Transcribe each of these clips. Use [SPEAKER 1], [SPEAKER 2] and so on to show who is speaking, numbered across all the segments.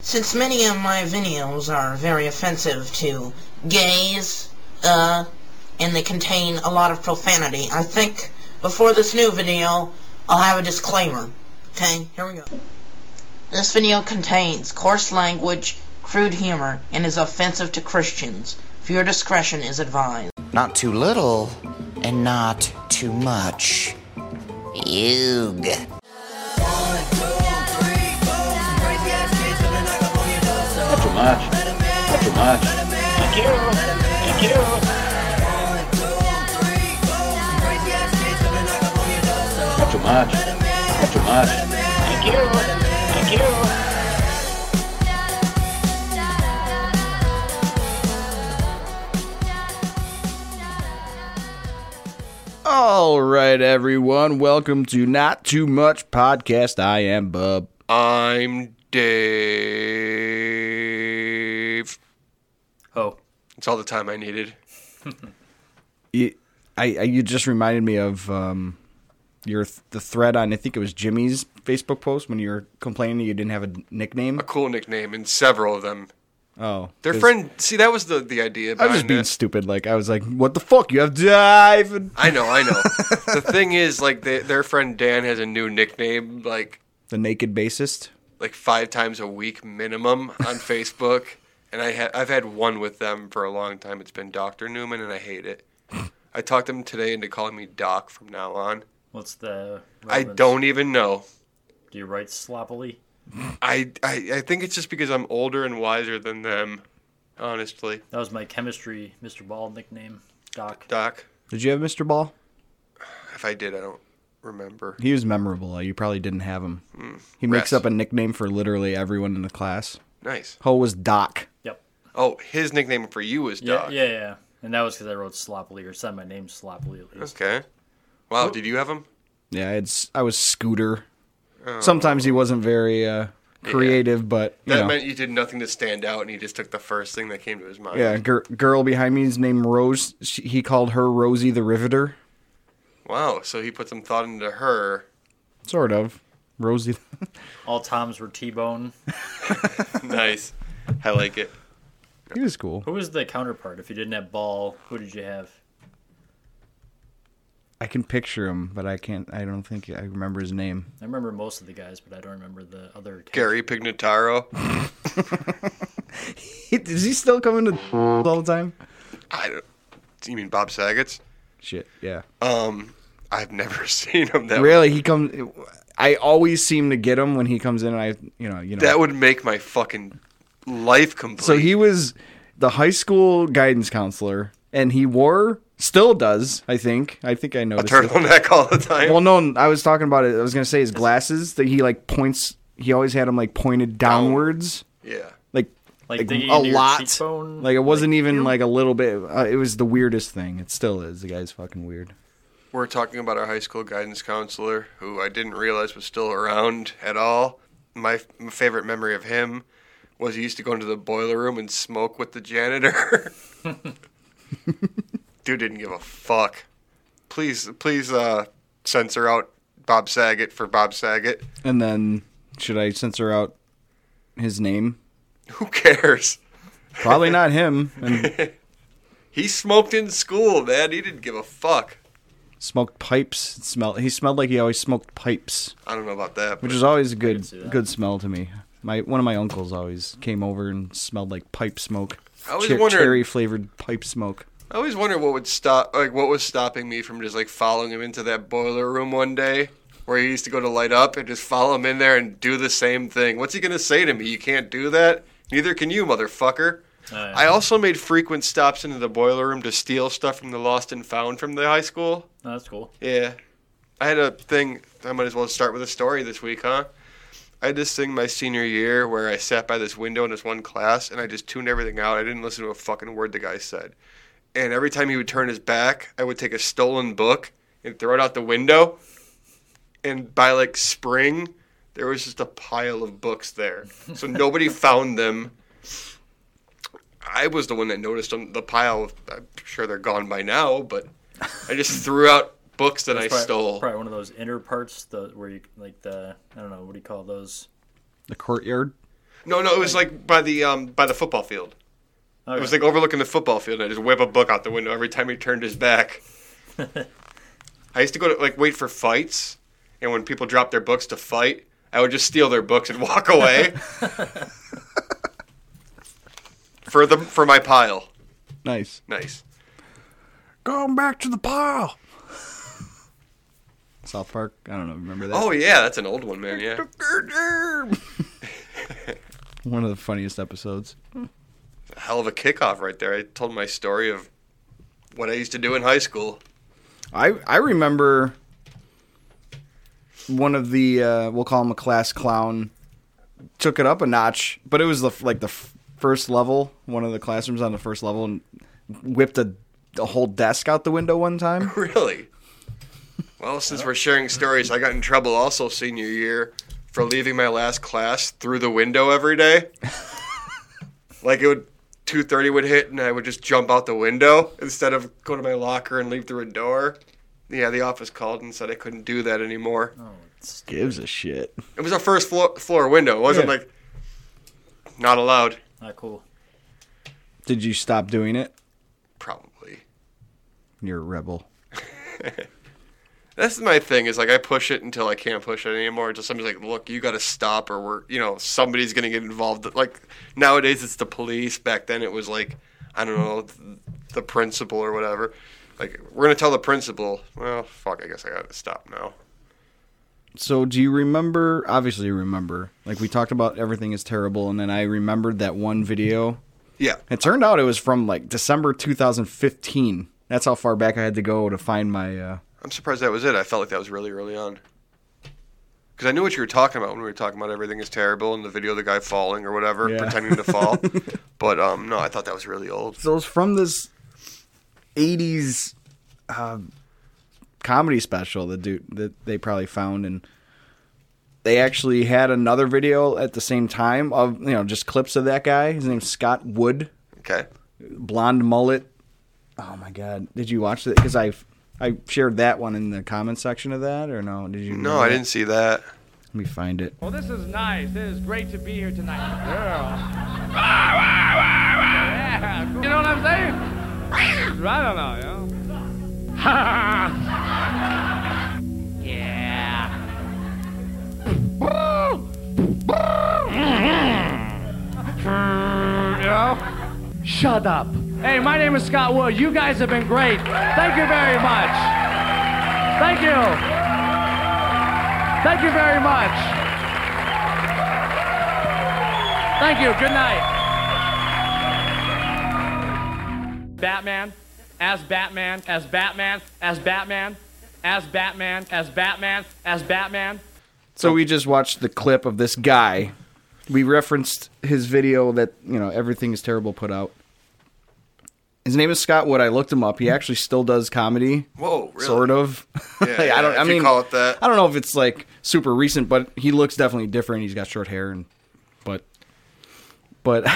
[SPEAKER 1] Since many of my videos are very offensive to gays, uh, and they contain a lot of profanity, I think before this new video, I'll have a disclaimer. Okay, here we go. This video contains coarse language, crude humor, and is offensive to Christians. Viewer discretion is advised.
[SPEAKER 2] Not too little and not too much. Eug.
[SPEAKER 3] Not too much. Not too much. Thank you. Thank you. Not too much. Not too much. Thank you. Thank you.
[SPEAKER 4] All right, everyone. Welcome to Not Too Much Podcast. I am Bub.
[SPEAKER 5] I'm Dave.
[SPEAKER 6] Oh,
[SPEAKER 5] It's all the time I needed.
[SPEAKER 4] You, I, I, you just reminded me of um, your the thread on I think it was Jimmy's Facebook post when you were complaining you didn't have a nickname.
[SPEAKER 5] A cool nickname and several of them.
[SPEAKER 4] Oh,
[SPEAKER 5] Their
[SPEAKER 4] 'cause
[SPEAKER 5] friend. See, that was the the idea.
[SPEAKER 4] I was just
[SPEAKER 5] behind
[SPEAKER 4] being
[SPEAKER 5] that.
[SPEAKER 4] stupid. Like I was like, "What the fuck? You have dive." And
[SPEAKER 5] I know. I know. the thing is, like, they, their friend Dan has a new nickname, like,
[SPEAKER 4] the naked bassist.
[SPEAKER 5] like five times a week minimum on Facebook. And I ha- I've had one with them for a long time. It's been Doctor Newman, and I hate it. I talked them today into calling me Doc from now on.
[SPEAKER 6] what's the?
[SPEAKER 4] Oh,
[SPEAKER 5] I
[SPEAKER 6] relevance?
[SPEAKER 5] don't even know.
[SPEAKER 6] Do you write sloppily?
[SPEAKER 5] I, I I think it's just because I'm older and wiser than them. Honestly,
[SPEAKER 6] That was my chemistry, Mr. Bald nickname, Doc.
[SPEAKER 5] Doc.
[SPEAKER 4] Did you have Mr. Ball?
[SPEAKER 5] If I did, I don't remember.
[SPEAKER 4] He was memorable. though. You probably didn't have him. he makes up
[SPEAKER 5] rest.
[SPEAKER 4] a nickname for literally everyone in the class.
[SPEAKER 5] Nice.
[SPEAKER 4] Ho was Doc.
[SPEAKER 6] Yep.
[SPEAKER 5] Oh, his nickname for you was
[SPEAKER 6] Yeah,
[SPEAKER 5] Doc.
[SPEAKER 6] yeah, yeah. And that was because I wrote sloppily or said my name sloppily at least.
[SPEAKER 5] Okay. Wow, did you have him?
[SPEAKER 4] Yeah, it's I was Scooter. Sometimes he wasn't very uh, creative, but you
[SPEAKER 5] That
[SPEAKER 4] know,
[SPEAKER 5] meant you did nothing to stand out, and he just took the first thing that came to his mind.
[SPEAKER 4] yeah. Gir- girl behind me is named Rose. She, he called her Rosie the Riveter,
[SPEAKER 5] Wow. So he put some thought into her.
[SPEAKER 4] sort of. Rosie,
[SPEAKER 6] All Toms were T-Bone.
[SPEAKER 5] nice. I like it.
[SPEAKER 4] he was cool.
[SPEAKER 6] Who was the counterpart? If you didn't have Ball, who did you have?
[SPEAKER 4] I can picture him, but I can't. I don't think I remember his name.
[SPEAKER 6] I remember most of the guys, but I don't remember the other. Characters.
[SPEAKER 5] Gary Pignataro.
[SPEAKER 4] He, is he still coming to all the time?
[SPEAKER 5] I don't. You mean Bob Saget's?
[SPEAKER 4] Shit, yeah.
[SPEAKER 5] Um, I've never seen him that.
[SPEAKER 4] really, he comes. I always seem to get him when he comes in. And I, you know, you know.
[SPEAKER 5] That would make my fucking life complete.
[SPEAKER 4] So he was the high school guidance counselor, and he wore, still does, I think. I think I noticed. this.
[SPEAKER 5] turtleneck all the time.
[SPEAKER 4] Well, no, I was talking about it. I was gonna say his glasses that he like points. He always had them like pointed downwards,
[SPEAKER 5] yeah.
[SPEAKER 4] like
[SPEAKER 6] Like,
[SPEAKER 4] like,
[SPEAKER 6] digging
[SPEAKER 4] a
[SPEAKER 6] into your
[SPEAKER 4] lot.
[SPEAKER 6] cheekbone?
[SPEAKER 4] Like it wasn't even like a little bit. Uh, it was the weirdest thing. It still is. The guy's fucking weird.
[SPEAKER 5] We're talking about our high school guidance counselor, who I didn't realize was still around at all. My f- favorite memory of him was he used to go into the boiler room and smoke with the janitor. Dude didn't give a fuck. Please, please uh, censor out Bob Saget for Bob Saget.
[SPEAKER 4] And then should I censor out his name?
[SPEAKER 5] Who cares?
[SPEAKER 4] Probably not him. And
[SPEAKER 5] He smoked in school, man. He didn't give a fuck.
[SPEAKER 4] smoked pipes. It smelled. He smelled like he always smoked pipes,
[SPEAKER 5] I don't know about that.
[SPEAKER 4] which
[SPEAKER 5] but-
[SPEAKER 4] is always a good
[SPEAKER 6] see that.
[SPEAKER 4] good smell to me. My one of my uncles always came over and smelled like pipe smoke.
[SPEAKER 5] I always wondered-
[SPEAKER 4] cherry flavored pipe smoke.
[SPEAKER 5] I always wonder what would stop, like, what was stopping me from just like following him into that boiler room one day, where he used to go to light up, and just follow him in there and do the same thing. What's he gonna say to me? You can't do that. Neither can you, motherfucker.
[SPEAKER 6] Uh,
[SPEAKER 5] I also made frequent stops into the boiler room to steal stuff from the lost and found from the high school.
[SPEAKER 6] no, that's cool.
[SPEAKER 5] Yeah. I had a thing. I might as well start with a story this week, huh? I had this thing my senior year where I sat by this window in this one class and I just tuned everything out. I didn't listen to a fucking word the guy said. And every time he would turn his back, I would take a stolen book and throw it out the window. And by like spring, there was just a pile of books there. So nobody found them. I was the one that noticed them. The pile, of, I'm sure they're gone by now, but I just threw out books that I
[SPEAKER 6] Probably-
[SPEAKER 5] stole.
[SPEAKER 6] Probably one of those inner parts, the where you like the I don't know what do you call those?
[SPEAKER 4] The courtyard.
[SPEAKER 5] No, no, it was like by the um by the football field. It was
[SPEAKER 6] Okay.
[SPEAKER 5] like overlooking the football field, and I just whip a book out the window every time he turned his back. I used to go to like wait for fights, and when people dropped their books to fight, I would just steal their books and walk away for the for my pile.
[SPEAKER 4] Nice.
[SPEAKER 5] Nice.
[SPEAKER 4] Going back to the pile. South Park. I don't know. Remember that?
[SPEAKER 5] Oh yeah, that's an old one, man. Yeah,
[SPEAKER 4] One of the funniest episodes.
[SPEAKER 5] hell of a kickoff right there. I told my story of what I used to do in high school.
[SPEAKER 4] I I remember one of the uh, we'll call him a class clown took it up a notch, but it was the like the f- first level, one of the classrooms on the first level, and whipped a, a whole desk out the window one time.
[SPEAKER 5] Really? Well, since we're sharing stories, I got in trouble also senior year for leaving my last class through the window every day. like it would 2:30 would hit and I would just jump out the window instead of go to my locker and leave through a door. Yeah, the office called and said I couldn't do that anymore.
[SPEAKER 4] Gives a shit.
[SPEAKER 5] It was a first floor, floor window. It wasn't
[SPEAKER 4] Yeah.
[SPEAKER 5] like not allowed
[SPEAKER 6] Not cool.
[SPEAKER 4] Did you stop doing it?
[SPEAKER 5] probably.
[SPEAKER 4] You're a rebel.
[SPEAKER 5] That's my thing is like I push it until I can't push it anymore. Until somebody's like, "Look, you got to stop," or we're you know somebody's gonna get involved. Like nowadays, it's the police. Back then, it was like I don't know th- the principal or whatever. Like we're gonna tell the principal. Well, fuck. I guess I gotta stop now.
[SPEAKER 4] So do you remember? Obviously, you remember. Like we talked about, everything is terrible, and then I remembered that one video.
[SPEAKER 5] Yeah.
[SPEAKER 4] It turned out it was from like December 2015. That's how far back I had to go to find my. Uh,
[SPEAKER 5] I'm surprised that was it. I felt like that was really early on. Because I knew what you were talking about when we were talking about everything is terrible and the video of the guy falling or whatever,
[SPEAKER 4] Yeah.
[SPEAKER 5] pretending to fall. but um, no, I thought that was really old.
[SPEAKER 4] so it was from this 80s uh, comedy special that dude that they probably found and they actually had another video at the same time of you know just clips of that guy his name's scott wood
[SPEAKER 5] Okay.
[SPEAKER 4] blonde mullet oh my god did you watch that because i i shared that one in the comment section of that or no did you
[SPEAKER 5] No, I didn't see that.
[SPEAKER 4] let me find it
[SPEAKER 7] Well, Oh, this is nice. It is great to be here tonight. Yeah. You know what I'm saying? I don't know, you know? yeah. Woo! Woo! you know? Shut up. Hey, my name is Scott Wood. You guys have been great. Thank you very much. Thank you. Thank you very much. Thank you. Good night. Batman, as Batman, as Batman, as Batman, as Batman, as Batman, as Batman.
[SPEAKER 4] So we just watched the clip of this guy. We referenced his video that, you know, everything is terrible put out. His name is Scott Wood. I looked him up. He actually still does comedy.
[SPEAKER 5] Whoa, really?
[SPEAKER 4] Sort of.
[SPEAKER 5] Yeah, yeah,
[SPEAKER 4] I don't
[SPEAKER 5] if
[SPEAKER 4] I
[SPEAKER 5] you
[SPEAKER 4] mean
[SPEAKER 5] call it that.
[SPEAKER 4] I don't know if it's like super recent, but he looks definitely different. He's got short hair and but but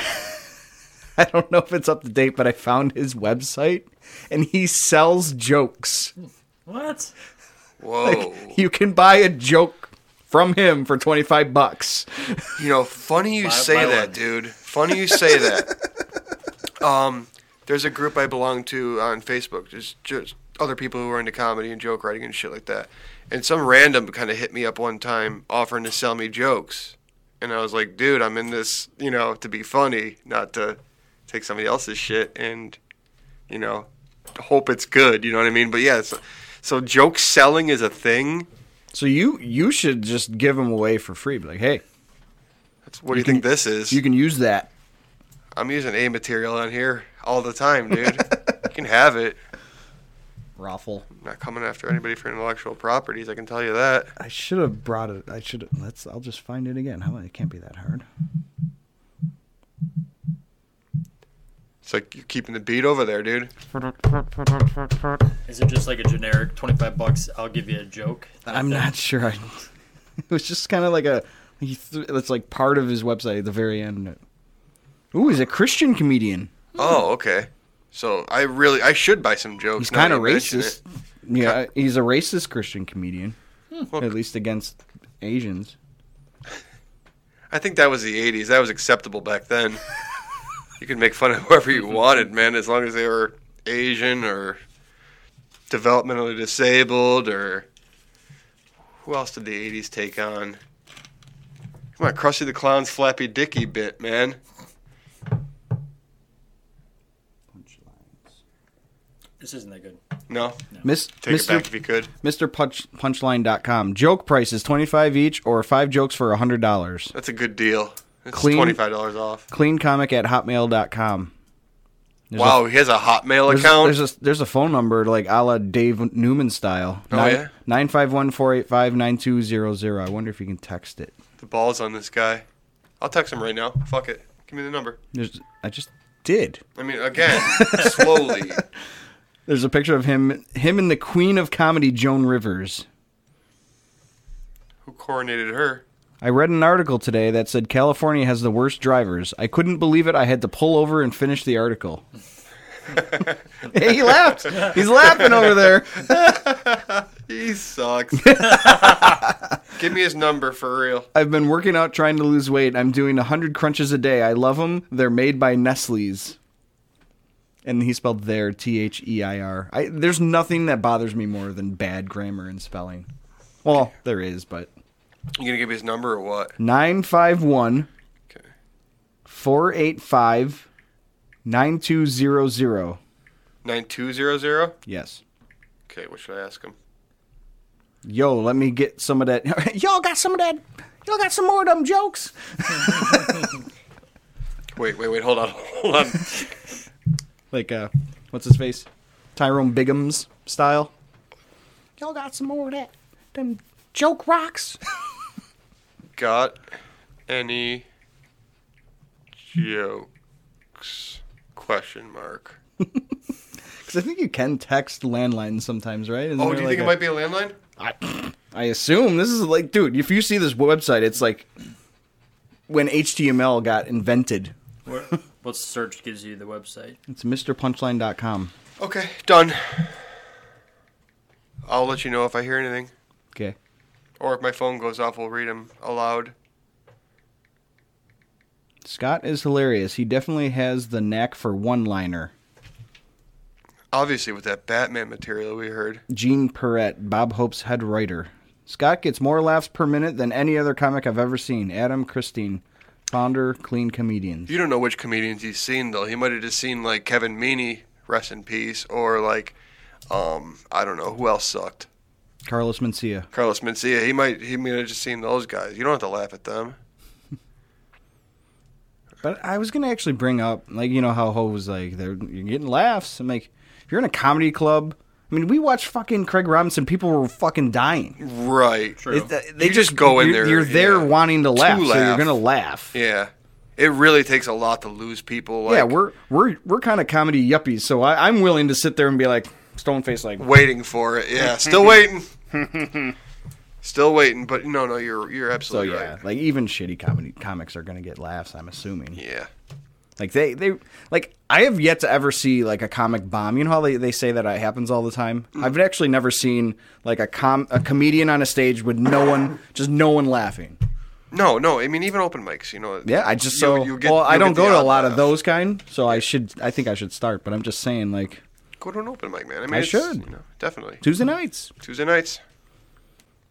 [SPEAKER 4] I don't know if it's up to date, but I found his website and he sells jokes.
[SPEAKER 6] What?
[SPEAKER 5] Whoa.
[SPEAKER 4] You can buy a joke from him for 25 bucks.
[SPEAKER 5] You know, funny you say
[SPEAKER 6] buy
[SPEAKER 5] that,
[SPEAKER 6] one.
[SPEAKER 5] dude. Funny you say that. um, there's a group I belong to on Facebook. Just just other people who are into comedy and joke writing and shit like that. And some random kind of hit me up one time offering to sell me jokes. And I was like, dude, I'm in this, you know, to be funny, not to take somebody else's shit and, you know, hope it's good. You know what I mean? But yeah, so, so joke selling is a thing.
[SPEAKER 4] So you you should just give them away for free. Be like, hey,
[SPEAKER 5] That's, what do you think this is?
[SPEAKER 4] you can use that.
[SPEAKER 5] I'm using A material on here all the time, dude. you can have it.
[SPEAKER 4] Raffle.
[SPEAKER 5] I'm not coming after anybody for intellectual properties, I can tell you that.
[SPEAKER 4] I should have brought it. I should. Let's. I'll just find it again. How? It can't be that hard.
[SPEAKER 5] It's like you're keeping the beat over there, dude.
[SPEAKER 4] Mm-hmm.
[SPEAKER 6] Is it just like a generic twenty-five bucks? I'll give you a joke.
[SPEAKER 4] I'm not sure. I. It was just kind of like a. He th- it's like part of his website at the very end. Ooh, he's a Christian comedian.
[SPEAKER 5] Oh, okay. So I really I should buy some jokes.
[SPEAKER 4] He's
[SPEAKER 5] now
[SPEAKER 4] kind of
[SPEAKER 5] you mention it. Hmm,
[SPEAKER 4] racist. Yeah, he's a racist Christian comedian. At least against Asians.
[SPEAKER 5] I think that was the '80s. That was acceptable back then. you could make fun of whoever you wanted, man, as long as they were Asian or developmentally disabled or who else did the '80s take on? Come on, Krusty the Clown's Flappy Dicky bit, man.
[SPEAKER 6] This isn't that good.
[SPEAKER 5] No,
[SPEAKER 4] Miss,
[SPEAKER 5] take it
[SPEAKER 4] Mr.
[SPEAKER 5] back if you could.
[SPEAKER 4] Mr. Punch, punchline.com. Joke prices 25 each or five jokes for $100.
[SPEAKER 5] That's a good deal. It's
[SPEAKER 4] Clean-
[SPEAKER 5] twenty five dollars off.
[SPEAKER 4] Cleancomic at hotmail.com. There's
[SPEAKER 5] wow, he has a Hotmail
[SPEAKER 4] There's
[SPEAKER 5] account.
[SPEAKER 4] a, there's a there's a phone number like a la Dave Newman style.
[SPEAKER 5] Oh, yeah?
[SPEAKER 4] Nine five one four eight five nine two zero zero. I wonder if you can text it.
[SPEAKER 5] the balls on this guy. I'll text him right now. Fuck it. Give me the number.
[SPEAKER 4] There's I just did.
[SPEAKER 5] I mean, again, slowly.
[SPEAKER 4] There's a picture of him him and the Queen of Comedy Joan Rivers.
[SPEAKER 5] Who coronated her?
[SPEAKER 4] I read an article today that said California has the worst drivers. I couldn't believe it. I had to pull over and finish the article. hey, he laughed. He's laughing over there.
[SPEAKER 5] He sucks. Give me his number for real.
[SPEAKER 4] I've been working out trying to lose weight. I'm doing 100 crunches a day. I love them. They're made by Nestle's. And he spelled their T H E I R. I There's nothing that bothers me more than bad grammar and spelling. Well, there is, but
[SPEAKER 5] You gonna give me his number or what?
[SPEAKER 4] 951
[SPEAKER 5] Okay.
[SPEAKER 4] 485 9200.
[SPEAKER 5] Nine two zero zero.
[SPEAKER 4] Yes.
[SPEAKER 5] Okay, what should I ask him?
[SPEAKER 4] Yo, let me get some of that. Y'all got some of that. Y'all got some more of them jokes.
[SPEAKER 5] Wait, wait, wait. Hold on, hold on.
[SPEAKER 4] Like, uh, what's his face? Tyrone Biggums style. Y'all got some more of that. Them joke rocks.
[SPEAKER 5] Got any jokes? Question mark.
[SPEAKER 4] Because I think you can text landlines sometimes, right? Isn't
[SPEAKER 5] Oh,
[SPEAKER 4] there
[SPEAKER 5] do you
[SPEAKER 4] like
[SPEAKER 5] think it
[SPEAKER 4] a-
[SPEAKER 5] might be a landline?
[SPEAKER 4] I assume this is like, dude, if you see this website, it's like when HTML got invented.
[SPEAKER 6] What, what search gives you the website?
[SPEAKER 4] It's MrPunchline.com.
[SPEAKER 5] Okay, done. I'll let you know if I hear anything,
[SPEAKER 4] Okay.
[SPEAKER 5] or if my phone goes off, we'll read them aloud.
[SPEAKER 4] Scott is hilarious. He definitely has the knack for one liner.
[SPEAKER 5] Obviously, with that Batman material we heard.
[SPEAKER 4] Gene Perrette, Bob Hope's head writer. Scott gets more laughs per minute than any other comic I've ever seen. Adam Christine, founder, clean comedians.
[SPEAKER 5] You don't know which comedians he's seen though. He might have just seen like Kevin Meaney, rest in peace, or like, um, I don't know who else sucked.
[SPEAKER 4] Carlos Mencia.
[SPEAKER 5] Carlos Mencia. He might he might have just seen those guys. You don't have to laugh at them.
[SPEAKER 4] But I was gonna actually bring up, like, you know how Ho was like, "They're you're getting laughs." I'm like, if you're in a comedy club, I mean, we watched fucking Craig Robinson. People were fucking dying.
[SPEAKER 5] Right.
[SPEAKER 6] True.
[SPEAKER 4] It- uh, they
[SPEAKER 5] You just go in
[SPEAKER 4] you're-
[SPEAKER 5] there,
[SPEAKER 4] You're there
[SPEAKER 5] yeah,
[SPEAKER 4] wanting to laugh, so you're
[SPEAKER 5] laugh.
[SPEAKER 4] gonna laugh.
[SPEAKER 5] Yeah. It really takes a lot to lose people. Like,
[SPEAKER 4] yeah, we're we're we're kind of comedy yuppies, so I, I'm willing to sit there and be like stone faced, like
[SPEAKER 5] waiting for it. Yeah, still waiting. still waiting. But no, no, you're you're
[SPEAKER 4] So
[SPEAKER 5] absolutely
[SPEAKER 4] yeah,
[SPEAKER 5] right.
[SPEAKER 4] like even shitty comedy comics are gonna get laughs. I'm assuming.
[SPEAKER 5] Yeah.
[SPEAKER 4] Like they they like I have yet to ever see like a comic bomb. You know how they, they say that it happens all the time.
[SPEAKER 5] Mm.
[SPEAKER 4] I've actually never seen like a com a comedian on a stage with no one just no one laughing.
[SPEAKER 5] No, no. I mean, even open mics. You know.
[SPEAKER 4] Yeah, I just
[SPEAKER 5] you-
[SPEAKER 4] so
[SPEAKER 5] you get-
[SPEAKER 4] well I
[SPEAKER 5] you'll
[SPEAKER 4] don't
[SPEAKER 5] get
[SPEAKER 4] go
[SPEAKER 5] the
[SPEAKER 4] to a
[SPEAKER 5] odd
[SPEAKER 4] lot of
[SPEAKER 5] laugh.
[SPEAKER 4] those kind, so I should I think I should start. But I'm just saying like
[SPEAKER 5] Go to an open mic, man. I mean,
[SPEAKER 4] I
[SPEAKER 5] it's,
[SPEAKER 4] should.
[SPEAKER 5] You know, definitely
[SPEAKER 4] Tuesday nights.
[SPEAKER 5] Tuesday nights.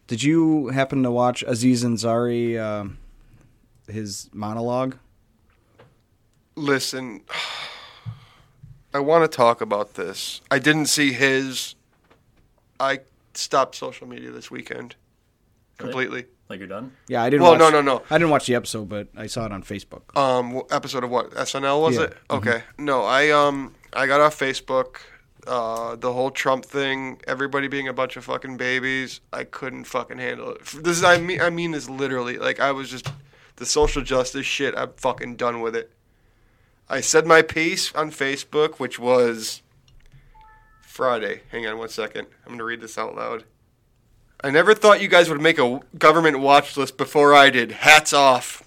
[SPEAKER 4] Did you happen to watch Aziz Ansari um, his monologue?
[SPEAKER 5] Listen, I want to talk about this. I didn't see his. I stopped social media this weekend completely.
[SPEAKER 6] Like you're done?
[SPEAKER 4] Yeah, I didn't.
[SPEAKER 5] Well,
[SPEAKER 4] watch,
[SPEAKER 5] no, no, no.
[SPEAKER 4] I didn't watch the episode, but I saw it on Facebook.
[SPEAKER 5] Um, wh- episode of what SNL was
[SPEAKER 4] Yeah.
[SPEAKER 5] it? Okay, no, I um, I got off Facebook. Uh, the whole Trump thing, everybody being a bunch of fucking babies. I couldn't fucking handle it. F- This is, I mean, I mean this literally. Like I was just the social justice shit. I'm fucking done with it. I said my piece on Facebook, which was Friday. Hang on one second. I'm going to read this out loud. I never thought you guys would make a government watch list before I did. Hats off.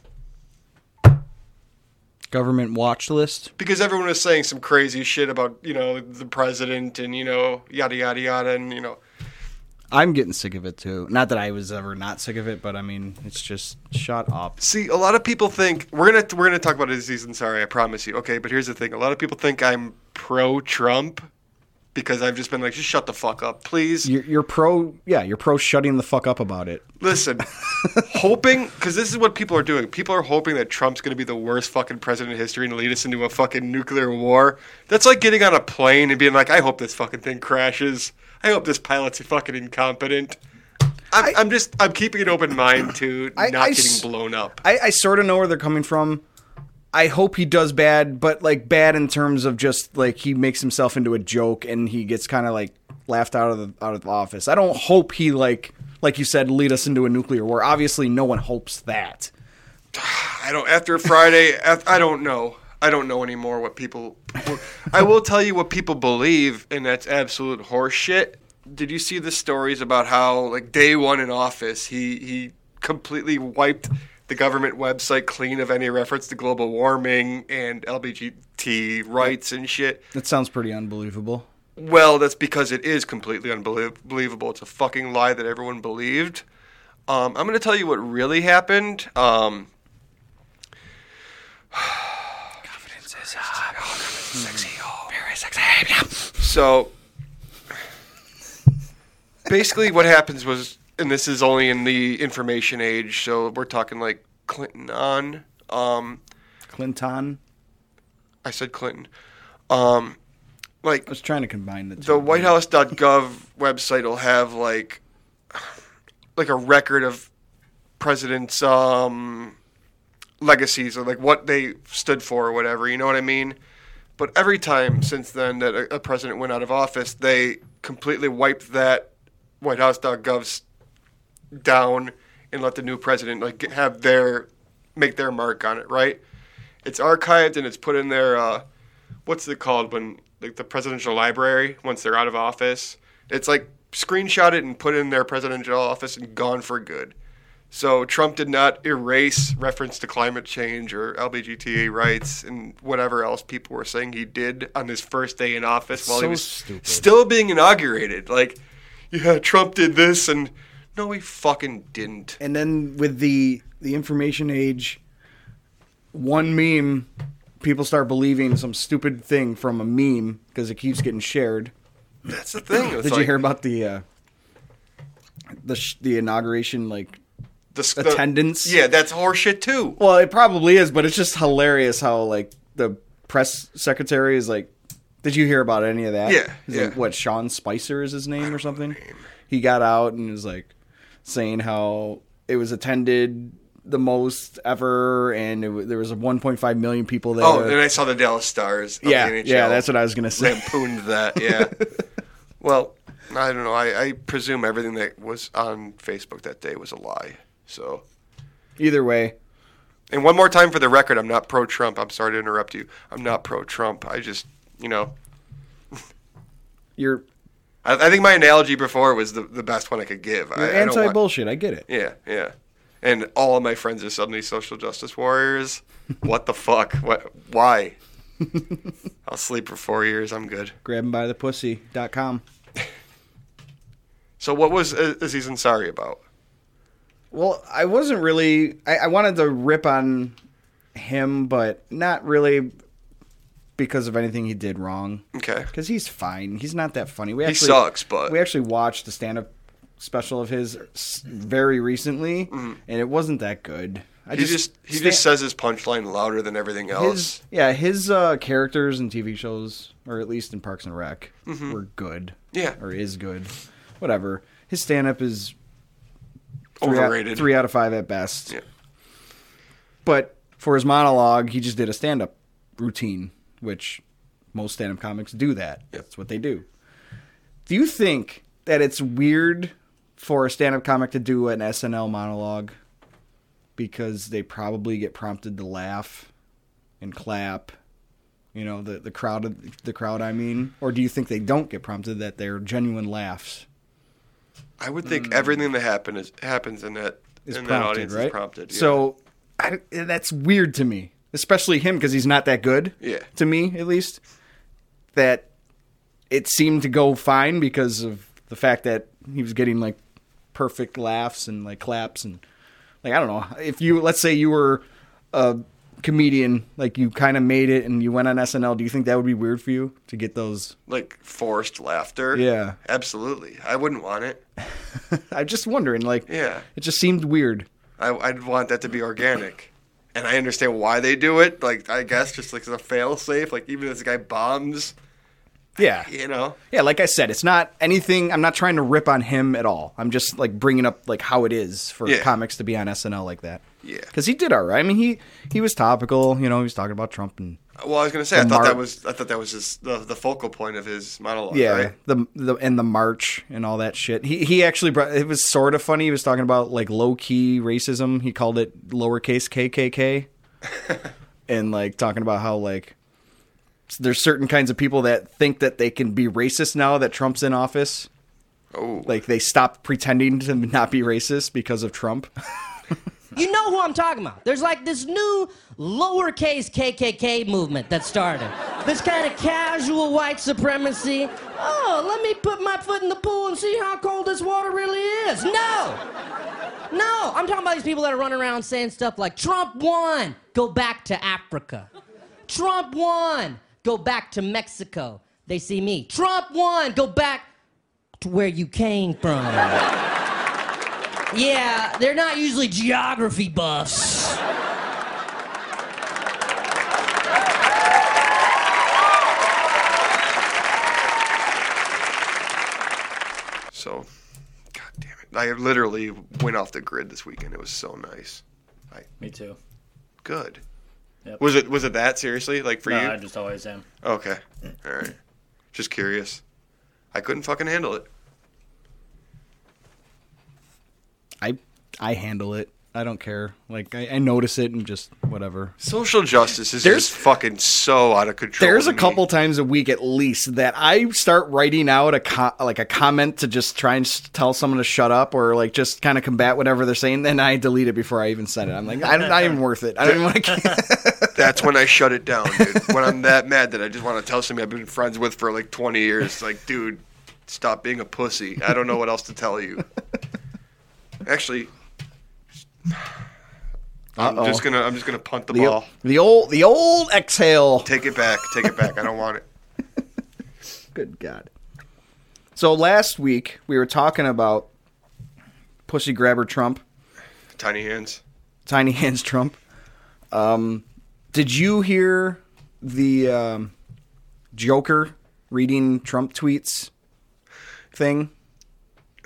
[SPEAKER 4] Government watch list.
[SPEAKER 5] Because everyone was saying some crazy shit about, you know, the president and, you know, yada, yada, yada. And, you know,
[SPEAKER 4] I'm getting sick of it too. Not that I was ever not sick of it, but I mean, it's just shut up.
[SPEAKER 5] See, a lot of people think we're gonna we're gonna talk about it this season. Sorry, I promise you. Okay, but here's the thing: a lot of people think I'm pro Trump because I've just been like, just shut the fuck up, please.
[SPEAKER 4] You're, you're pro, yeah, you're pro shutting the fuck up about it.
[SPEAKER 5] Listen, hoping because this is what people are doing. People are hoping that Trump's going to be the worst fucking president in history and lead us into a fucking nuclear war. That's like getting on a plane and being like, I hope this fucking thing crashes. I hope this pilot's fucking incompetent. I'm, I, am i am just I'm keeping an open mind to
[SPEAKER 4] I-
[SPEAKER 5] not
[SPEAKER 4] I
[SPEAKER 5] getting
[SPEAKER 4] s-
[SPEAKER 5] blown up.
[SPEAKER 4] I, I sort of know where they're coming from. I hope he does bad, but like bad in terms of just like he makes himself into a joke and he gets kind of like laughed out of the out of the office. I don't hope he like like you said lead us into a nuclear war. Obviously, no one hopes that.
[SPEAKER 5] I don't. After Friday, af- I don't know. I don't know anymore what people. I will tell you what people believe, and that's absolute horseshit. Did you see the stories about how, like, day one in office, he he completely wiped the government website clean of any reference to global warming and LGBT rights and shit?
[SPEAKER 4] That sounds pretty unbelievable.
[SPEAKER 5] Well, that's because it is completely unbelievable. It's a fucking lie that everyone believed. Um, I'm going to tell you what really happened. Um, Hmm. So basically, what happens was, and this is only in the information age, so we're talking like Clinton on. Um,
[SPEAKER 4] Clinton,
[SPEAKER 5] I said Clinton. Um, like
[SPEAKER 4] I was trying to combine the two.
[SPEAKER 5] the WhiteHouse.gov website will have like like a record of presidents' um, legacies or like what they stood for or whatever. You know what I mean? But every time since then that a, a president went out of office, they completely wiped that WhiteHouse.gov s- down and let the new president like get- have their make their mark on it. Right? It's archived and it's put in their. Uh, what's it called when like the presidential library once they're out of office it's like screenshotted and put in their presidential office and gone for good so trump did not erase reference to climate change or lbgta rights and whatever else people were saying he did on his first day in office while he
[SPEAKER 4] So
[SPEAKER 5] was
[SPEAKER 4] stupid.
[SPEAKER 5] still being inaugurated like yeah trump did this and no he fucking didn't
[SPEAKER 4] and then with the the information age one meme people start believing some stupid thing from a meme because it keeps getting shared
[SPEAKER 5] that's the thing It's
[SPEAKER 4] did you
[SPEAKER 5] like
[SPEAKER 4] hear about the uh the sh- the inauguration like
[SPEAKER 5] the, s-
[SPEAKER 4] attendance?
[SPEAKER 5] yeah that's horseshit too
[SPEAKER 4] well it probably is but it's just hilarious how like the press secretary is like did you hear about any of that
[SPEAKER 5] Yeah,
[SPEAKER 4] He's
[SPEAKER 5] yeah.
[SPEAKER 4] like what sean spicer is his name or something he got out and was like saying how it was attended the most ever and it, wa- there was 1.5 million people there
[SPEAKER 5] Oh, and I saw the Dallas Stars. Of
[SPEAKER 4] uh, yeah
[SPEAKER 5] the NHL.
[SPEAKER 4] yeah that's what i was gonna say
[SPEAKER 5] lampooned that. Yeah. well, I don't know. I, I presume everything that was on Facebook that day was a lie. So,
[SPEAKER 4] either way
[SPEAKER 5] and one more time for the record, I'm not pro Trump. I'm sorry to interrupt you. I'm not pro Trump. I just, you know,
[SPEAKER 4] you're
[SPEAKER 5] I, I think my analogy before was the, the best one I could give. I,
[SPEAKER 4] you're
[SPEAKER 5] I don't
[SPEAKER 4] anti
[SPEAKER 5] want-
[SPEAKER 4] bullshit i get it
[SPEAKER 5] Yeah, yeah. And all of my friends are suddenly social justice warriors. what the fuck? What? Why? I'll sleep for four years. I'm good.
[SPEAKER 4] grabbing by the pussy.com
[SPEAKER 5] So, what was uh, Aziz Ansari about?
[SPEAKER 4] Well, I wasn't really. I, I wanted to rip on him, but not really because of anything he did wrong.
[SPEAKER 5] Okay.
[SPEAKER 4] Because he's fine. He's not that funny. We
[SPEAKER 5] He
[SPEAKER 4] actually,
[SPEAKER 5] sucks, but-
[SPEAKER 4] we actually watched the stand-up special of his s- very recently, and it wasn't that good. I
[SPEAKER 5] Mm. He just, he
[SPEAKER 4] sta-
[SPEAKER 5] just says his punchline louder than everything else.
[SPEAKER 4] his yeah his uh, characters in TV shows, or at least in Parks and Rec, were good.
[SPEAKER 5] Mm-hmm. Yeah.
[SPEAKER 4] or is good, whatever. His stand-up is three out-
[SPEAKER 5] Overrated.
[SPEAKER 4] three out of five at best.
[SPEAKER 5] Yeah.
[SPEAKER 4] But for his monologue, he just did a stand up routine, which most stand up comics do that. That's what they do. Do you think that it's weird for a stand up comic to do an SNL monologue because they probably get prompted to laugh and clap? You know the the crowd, the crowd. I mean, or do you think they don't get prompted that they're genuine laughs?
[SPEAKER 5] I would think everything that happen is, happens in that
[SPEAKER 4] is
[SPEAKER 5] in that
[SPEAKER 4] prompted,
[SPEAKER 5] audience
[SPEAKER 4] right?
[SPEAKER 5] is prompted. yeah.
[SPEAKER 4] So I, that's weird to me, especially him because he's not that good.
[SPEAKER 5] Yeah.
[SPEAKER 4] To me, at least, that it seemed to go fine because of the fact that he was getting like perfect laughs and like claps and like I don't know if you let's say you were a comedian like you kind of made it and you went on SNL. Do you think that would be weird for you to get those?
[SPEAKER 5] Like forced laughter.
[SPEAKER 4] Yeah.
[SPEAKER 5] Absolutely. I wouldn't want it.
[SPEAKER 4] I'm just wondering. Like
[SPEAKER 5] Yeah.
[SPEAKER 4] it just seemed weird.
[SPEAKER 5] I, I'd want that to be organic. And I understand why they do it. Like, I guess just like as a fail safe. Like, even if this guy bombs,
[SPEAKER 4] Yeah.
[SPEAKER 5] you know?
[SPEAKER 4] Yeah, like I said, it's not anything. I'm not trying to rip on him at all. I'm just like bringing up like how it is for
[SPEAKER 5] Yeah.
[SPEAKER 4] comics to be on SNL like that.
[SPEAKER 5] Yeah.
[SPEAKER 4] because he did all right. I mean, he he was topical. You know, he was talking about Trump and
[SPEAKER 5] Well, I was gonna say, I
[SPEAKER 4] The
[SPEAKER 5] thought
[SPEAKER 4] mar-
[SPEAKER 5] that was, I thought that was just the, the focal point of his monologue.
[SPEAKER 4] yeah,
[SPEAKER 5] right?
[SPEAKER 4] the the and the march and all that shit. He he actually brought it was sort of funny. He was talking about like low key racism. He called it lowercase KKK, and like talking about how like there's certain kinds of people that think that they can be racist now that Trump's in office.
[SPEAKER 5] Oh,
[SPEAKER 4] like they stopped pretending to not be racist because of Trump.
[SPEAKER 8] You know who I'm talking about. There's like this new lowercase KKK movement that started. This kind of casual white supremacy. Oh, let me put my foot in the pool and see how cold this water really is. No! No! I'm talking about these people that are running around saying stuff like Trump won, go back to Africa. Trump won, go back to Mexico. They see me. Trump won, go back to where you came from. Yeah, they're not usually geography buffs.
[SPEAKER 5] so, god damn it! I literally went off the grid this weekend. It was so nice.
[SPEAKER 6] Me too.
[SPEAKER 5] Good.
[SPEAKER 6] Yep.
[SPEAKER 5] Was it was it that seriously? Like for
[SPEAKER 6] No,
[SPEAKER 5] you?
[SPEAKER 6] I just always am.
[SPEAKER 5] Okay. All right. Just curious. I couldn't fucking handle it.
[SPEAKER 4] I I handle it. I don't care. Like I, I notice it and just whatever.
[SPEAKER 5] Social justice is
[SPEAKER 4] There's-
[SPEAKER 5] just fucking so out of control.
[SPEAKER 4] There's
[SPEAKER 5] to
[SPEAKER 4] a
[SPEAKER 5] me.
[SPEAKER 4] couple times a week at least that I start writing out a co- like a comment to just try and s- tell someone to shut up or like just kind of combat whatever they're saying. Then I delete it before I even send it. I'm like, I'm not even worth it. I don't want to.
[SPEAKER 5] That's when I shut it down, dude. when I'm that mad that I just want to tell somebody I've been friends with for like 20 years, like, dude, stop being a pussy. I don't know what else to tell you. Actually, I'm
[SPEAKER 4] Oh.
[SPEAKER 5] just gonna I'm just gonna punt the
[SPEAKER 4] The,
[SPEAKER 5] ball.
[SPEAKER 4] the old the old exhale.
[SPEAKER 5] Take it back. Take it back. I don't want it.
[SPEAKER 4] Good God. So last week we were talking about pussy grabber Trump.
[SPEAKER 5] Tiny hands.
[SPEAKER 4] Tiny Hands Trump. Um, did you hear the um, Joker reading Trump tweets thing?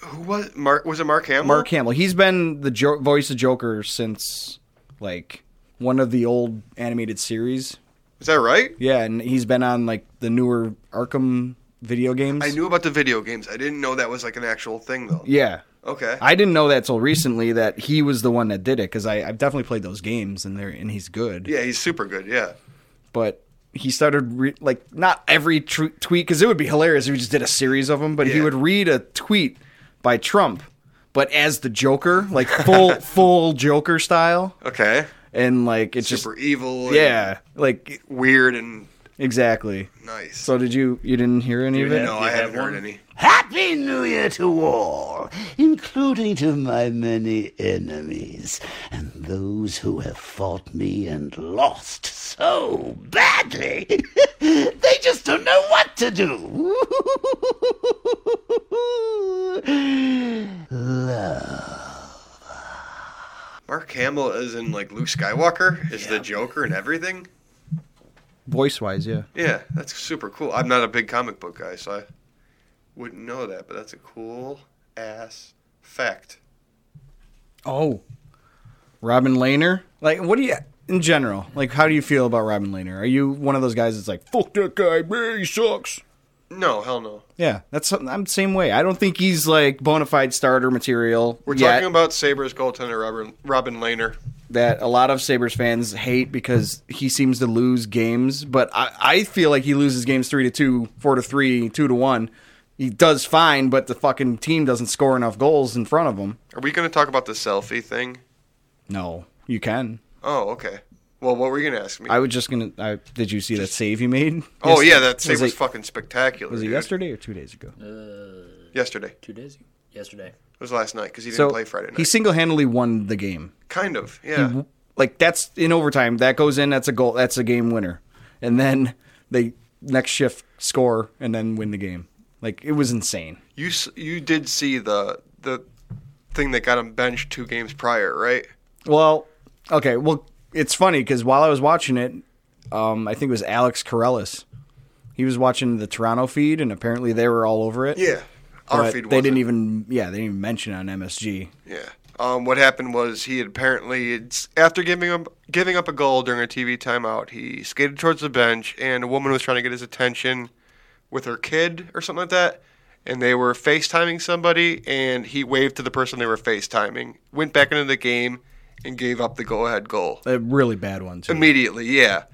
[SPEAKER 5] Who was Mark? Was it Mark Hamill?
[SPEAKER 4] Mark Hamill. He's been the jo- voice of Joker since like one of the old animated series.
[SPEAKER 5] Is that right?
[SPEAKER 4] Yeah, and he's been on like the newer Arkham video games.
[SPEAKER 5] I knew about the video games. I didn't know that was like an actual thing though.
[SPEAKER 4] Yeah.
[SPEAKER 5] Okay.
[SPEAKER 4] I didn't know that till recently that he was the one that did it because I've definitely played those games and they're and he's good.
[SPEAKER 5] yeah, he's super good. Yeah.
[SPEAKER 4] but he started re- like not every tr- tweet because it would be hilarious if we just did a series of them. But he
[SPEAKER 5] Yeah.
[SPEAKER 4] would read a tweet by Trump, but as the Joker, like full full Joker style,
[SPEAKER 5] Okay.
[SPEAKER 4] and like it's
[SPEAKER 5] Super evil.
[SPEAKER 4] just
[SPEAKER 5] and
[SPEAKER 4] yeah, like
[SPEAKER 5] Weird and
[SPEAKER 4] exactly.
[SPEAKER 5] nice.
[SPEAKER 4] So did you you didn't hear any of it?
[SPEAKER 5] no,
[SPEAKER 6] do you
[SPEAKER 5] I
[SPEAKER 6] have
[SPEAKER 5] haven't heard
[SPEAKER 6] one?
[SPEAKER 5] any.
[SPEAKER 9] Happy New Year to all, including to my many enemies and those who have fought me and lost so badly. they just don't know what to do.
[SPEAKER 5] Mark Hamill is in like Luke Skywalker, is the Joker and everything.
[SPEAKER 4] Voice wise, yeah.
[SPEAKER 5] Yeah, that's super cool. I'm not a big comic book guy, so I wouldn't know that, but that's a cool ass fact.
[SPEAKER 4] Oh, Robin Lehner. Like, what do you in general? Like, how do you feel about Robin Lehner? Are you one of those guys that's like, fuck that guy, man, he sucks?
[SPEAKER 5] No, hell no.
[SPEAKER 4] Yeah, that's something- I'm the same way. I don't think he's like bona fide starter material.
[SPEAKER 5] We're
[SPEAKER 4] yet
[SPEAKER 5] talking about Sabres goaltender Robin Robin Lehner.
[SPEAKER 4] that a lot of Sabres fans hate because he seems to lose games. But I, I feel like he loses games three to two, four to three, two to one. He does fine, but the fucking team doesn't score enough goals in front of him.
[SPEAKER 5] Are we gonna talk about the selfie thing?
[SPEAKER 4] No, you can.
[SPEAKER 5] Oh, okay. Well, what were you gonna ask me?
[SPEAKER 4] I was just gonna. I, did you see that save he made?
[SPEAKER 5] oh
[SPEAKER 4] yesterday?
[SPEAKER 5] yeah, that save was,
[SPEAKER 4] it,
[SPEAKER 5] fucking spectacular.
[SPEAKER 4] Was it
[SPEAKER 5] dude.
[SPEAKER 4] yesterday or two days ago?
[SPEAKER 5] Yesterday.
[SPEAKER 6] Two days. yesterday.
[SPEAKER 5] It was last night because he didn't
[SPEAKER 4] So
[SPEAKER 5] play Friday night.
[SPEAKER 4] he single handedly won the game.
[SPEAKER 5] kind of, yeah.
[SPEAKER 4] Like that's in overtime. That goes in. That's a goal. That's a game winner. And then they next shift score and then win the game. Like it was insane.
[SPEAKER 5] You s- you did see the the thing that got him benched two games prior, right?
[SPEAKER 4] Well, okay. Well, it's funny because while I was watching it, um, I think it was Alex Corellis. He was watching the Toronto feed, and apparently they were all over it.
[SPEAKER 5] our
[SPEAKER 4] But
[SPEAKER 5] feed
[SPEAKER 4] they
[SPEAKER 5] wasn't.
[SPEAKER 4] didn't even. Yeah, they didn't even mention it on MSG.
[SPEAKER 5] Yeah. Um, what happened was he had apparently it's- after giving up giving up a goal during a TV timeout, he skated towards the bench and a woman was trying to get his attention with her kid or something like that. And they were FaceTiming somebody and he waved to the person they were FaceTiming, went back into the game and gave up the go ahead goal.
[SPEAKER 4] A really bad one too.
[SPEAKER 5] Immediately, yeah.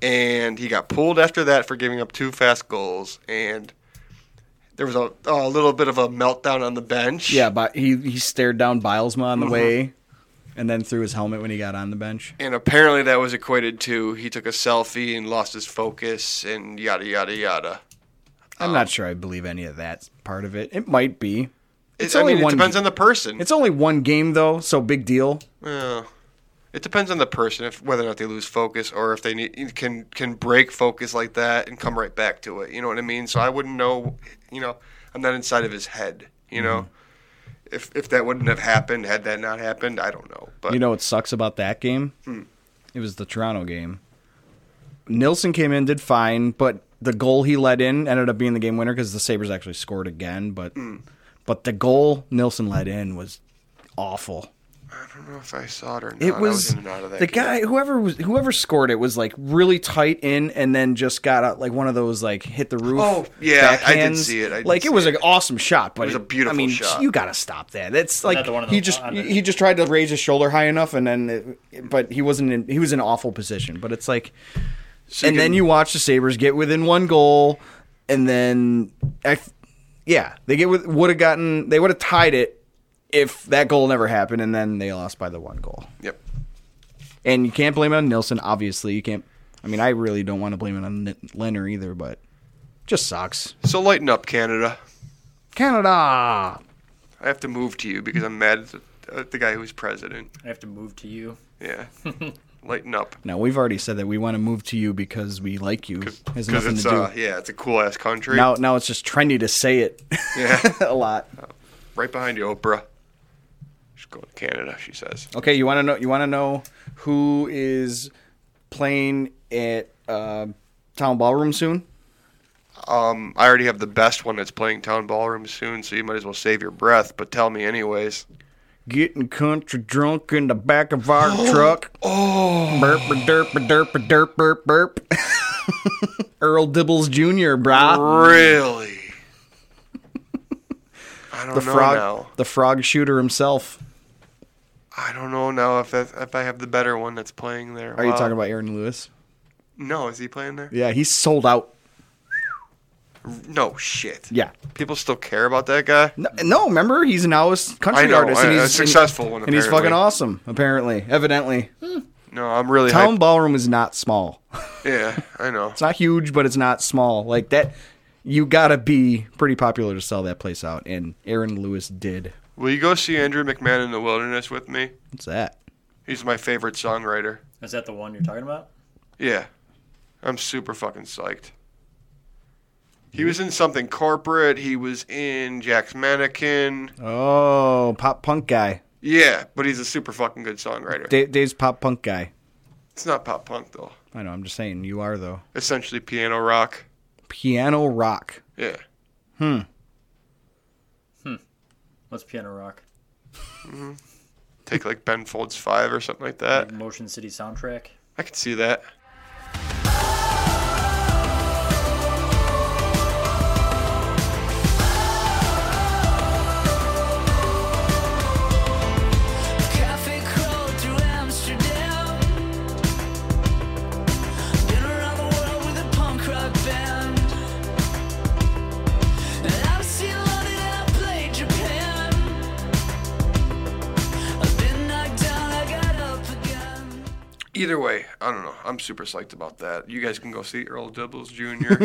[SPEAKER 5] And he got pulled after that for giving up two fast goals and there was a, a little bit of a meltdown on the bench.
[SPEAKER 4] Yeah, but he he stared down Bilesma on the
[SPEAKER 5] Uh-huh.
[SPEAKER 4] way, and then threw his helmet when he got on the bench.
[SPEAKER 5] And apparently that was equated to he took a selfie and lost his focus and yada yada yada.
[SPEAKER 4] I'm not sure I believe any of that part of it. It might be.
[SPEAKER 5] It's I mean, it
[SPEAKER 4] one.
[SPEAKER 5] depends
[SPEAKER 4] ga-
[SPEAKER 5] on the person.
[SPEAKER 4] It's only one game though, so big deal.
[SPEAKER 5] Yeah. it depends on the person if whether or not they lose focus or if they need, can can break focus like that and come right back to it. You know what I mean? So I wouldn't know. You know, I'm not inside of his head. You know,
[SPEAKER 4] Mm-hmm.
[SPEAKER 5] if if that wouldn't have happened had that not happened, I don't know. But
[SPEAKER 4] You know what sucks about that game? It was the Toronto game. Nilsson came in, did fine, but the goal he let in ended up being the game winner because the Sabres actually scored again. But but the goal Nilsson let in was awful.
[SPEAKER 5] I don't know if I saw it or not.
[SPEAKER 4] It
[SPEAKER 5] I
[SPEAKER 4] was,
[SPEAKER 5] was in and out of that
[SPEAKER 4] the
[SPEAKER 5] game.
[SPEAKER 4] guy whoever was whoever scored it was like really tight in and then just got out like one of those like hit the roof.
[SPEAKER 5] Oh, yeah, I did
[SPEAKER 4] backhands.
[SPEAKER 5] see it, I did
[SPEAKER 4] like it was
[SPEAKER 5] see
[SPEAKER 4] an awesome shot, but it
[SPEAKER 5] was a beautiful
[SPEAKER 4] I mean,
[SPEAKER 5] shot.
[SPEAKER 4] you gotta stop that. That's like
[SPEAKER 6] the one on
[SPEAKER 4] he
[SPEAKER 6] the-
[SPEAKER 4] just
[SPEAKER 6] on the-
[SPEAKER 4] he just tried to raise his shoulder high enough and then it, but he wasn't in he was in an awful position. But it's like
[SPEAKER 5] So
[SPEAKER 4] and then
[SPEAKER 5] can-
[SPEAKER 4] you watch the Sabres get within one goal, and then I, th- yeah, they get with would have gotten they would have tied it if that goal never happened, and then they lost by the one goal.
[SPEAKER 5] Yep.
[SPEAKER 4] And you can't blame it on Nilsson, obviously. You can't. I mean, I really don't want to blame it on N- Leonard either, but just sucks.
[SPEAKER 5] So lighten up, Canada.
[SPEAKER 4] Canada.
[SPEAKER 5] I have to move to you because I'm mad at the, at the guy who's president.
[SPEAKER 6] I have to move to you.
[SPEAKER 5] Yeah. Lighten up.
[SPEAKER 4] Now we've already said that we want to move to you because we like you. has
[SPEAKER 5] Because
[SPEAKER 4] nothing
[SPEAKER 5] it's
[SPEAKER 4] to do.
[SPEAKER 5] uh, yeah, it's a cool ass country.
[SPEAKER 4] now, now it's just trendy to say it
[SPEAKER 5] Yeah,
[SPEAKER 4] a lot.
[SPEAKER 5] right behind you, Oprah. She's going to Canada. She says.
[SPEAKER 4] Okay, you want to know? You want to know who is playing at uh, Town Ballroom soon?
[SPEAKER 5] Um, I already have the best one that's playing Town Ballroom soon, so you might as well save your breath. But tell me anyways.
[SPEAKER 4] Getting country drunk in the back of our truck. Oh, burp, a derp, a derp, a derp, burp, burp. Earl Dibbles Jr., brah.
[SPEAKER 5] Really? I don't
[SPEAKER 4] The
[SPEAKER 5] know
[SPEAKER 4] frog,
[SPEAKER 5] now.
[SPEAKER 4] the frog shooter himself.
[SPEAKER 5] I don't know now if that, if I have the better one that's playing there. Uh,
[SPEAKER 4] Are you talking about Aaron Lewis?
[SPEAKER 5] No, is he playing there?
[SPEAKER 4] Yeah, he's sold out.
[SPEAKER 5] No shit.
[SPEAKER 4] Yeah.
[SPEAKER 5] People still care about that guy.
[SPEAKER 4] No, no remember he's now a s- country
[SPEAKER 5] I know,
[SPEAKER 4] artist and
[SPEAKER 5] I- a
[SPEAKER 4] he's
[SPEAKER 5] successful one,
[SPEAKER 4] and, and he's fucking
[SPEAKER 5] apparently.
[SPEAKER 4] awesome. Apparently, evidently,
[SPEAKER 5] No, I'm really.
[SPEAKER 4] Town
[SPEAKER 5] hyped.
[SPEAKER 4] Ballroom is not small.
[SPEAKER 5] Yeah, I know.
[SPEAKER 4] It's not huge, but it's not small. Like that, you gotta be pretty popular to sell that place out. And Aaron Lewis did.
[SPEAKER 5] Will you go see Andrew McMahon in the Wilderness with me?
[SPEAKER 4] What's that?
[SPEAKER 5] He's my favorite songwriter.
[SPEAKER 6] Is that the one you're talking about?
[SPEAKER 5] Yeah. I'm super fucking psyched. He was in something corporate. He was in Jack's Mannequin.
[SPEAKER 4] Oh, pop punk guy.
[SPEAKER 5] Yeah, but he's a super fucking good songwriter.
[SPEAKER 4] Da- Dave's pop punk guy.
[SPEAKER 5] It's not pop punk though.
[SPEAKER 4] I know. I'm just saying, you are though.
[SPEAKER 5] Essentially piano rock.
[SPEAKER 4] Piano rock.
[SPEAKER 5] Yeah.
[SPEAKER 6] What's piano rock?
[SPEAKER 5] Take like Ben Folds 5 or something like that.
[SPEAKER 6] Motion City soundtrack.
[SPEAKER 5] I could see that. Either way, I don't know. I'm super psyched about that. You guys can go see Earl Dibbles Jr.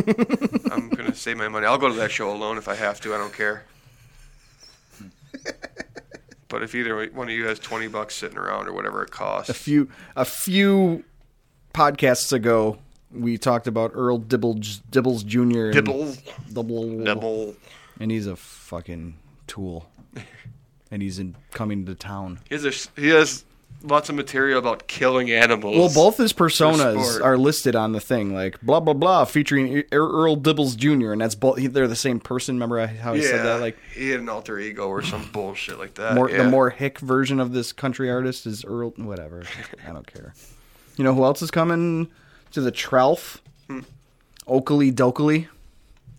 [SPEAKER 5] I'm going to save my money. I'll go to that show alone if I have to. I don't care. But if either one of you has twenty bucks sitting around or whatever it costs,
[SPEAKER 4] a few a few podcasts ago we talked about Earl Dibbles Dibbles Jr. and-
[SPEAKER 5] Dibble.
[SPEAKER 4] Dibble.
[SPEAKER 5] double.
[SPEAKER 4] and he's a fucking tool. And he's in coming to town.
[SPEAKER 5] He has, a, he has lots of material about killing animals.
[SPEAKER 4] Well, both his
[SPEAKER 5] sport.
[SPEAKER 4] personas are listed on the thing, like blah blah blah, featuring E- Earl Dibbles Jr. And that's both. They're the same person. Remember how I
[SPEAKER 5] yeah,
[SPEAKER 4] said that? Like
[SPEAKER 5] he had an alter ego or some bullshit like that.
[SPEAKER 4] more,
[SPEAKER 5] Uh, yeah.
[SPEAKER 4] the more hick version of this country artist is Earl. Whatever, I don't care. You know who else is coming to the Trelf?
[SPEAKER 5] Hmm.
[SPEAKER 4] Oakley Dokley.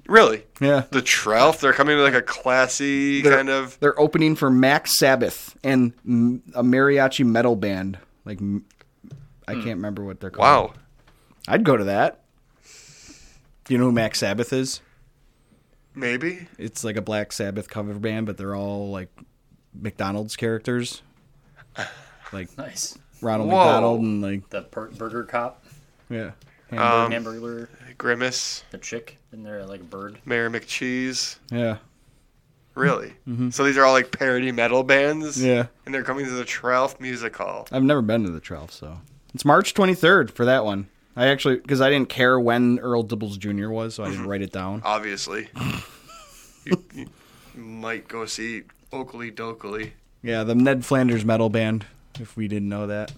[SPEAKER 5] really
[SPEAKER 4] Yeah,
[SPEAKER 5] the Trout. They're coming to like a classy
[SPEAKER 4] They're-
[SPEAKER 5] kind of.
[SPEAKER 4] They're opening for Max Sabbath and m- a mariachi metal band. Like m- I can't remember what they're called.
[SPEAKER 5] Hmm. Wow,
[SPEAKER 4] I'd go to that. You know who Max Sabbath is?
[SPEAKER 5] maybe
[SPEAKER 4] It's like a Black Sabbath cover band, but they're all like McDonald's characters, like
[SPEAKER 6] Nice.
[SPEAKER 4] Ronald
[SPEAKER 5] Whoa.
[SPEAKER 4] McDonald and like
[SPEAKER 6] The per- burger cop,
[SPEAKER 4] yeah.
[SPEAKER 5] Um,
[SPEAKER 6] hamburger,
[SPEAKER 5] Grimace,
[SPEAKER 6] the chick in there like a bird.
[SPEAKER 5] Mayor McCheese.
[SPEAKER 4] yeah,
[SPEAKER 5] Really? So these are all like parody metal bands.
[SPEAKER 4] Mm-hmm. yeah.
[SPEAKER 5] And they're coming to the Trout Music Hall.
[SPEAKER 4] I've never been to the Trelf, so it's March 23rd for that one. I actually because I didn't care when Earl Dibbles Jr. was, so I
[SPEAKER 5] Mm-hmm.
[SPEAKER 4] didn't write it down.
[SPEAKER 5] Obviously, you, you might go see Oakley Dokley.
[SPEAKER 4] Yeah, the Ned Flanders metal band. If we didn't know that,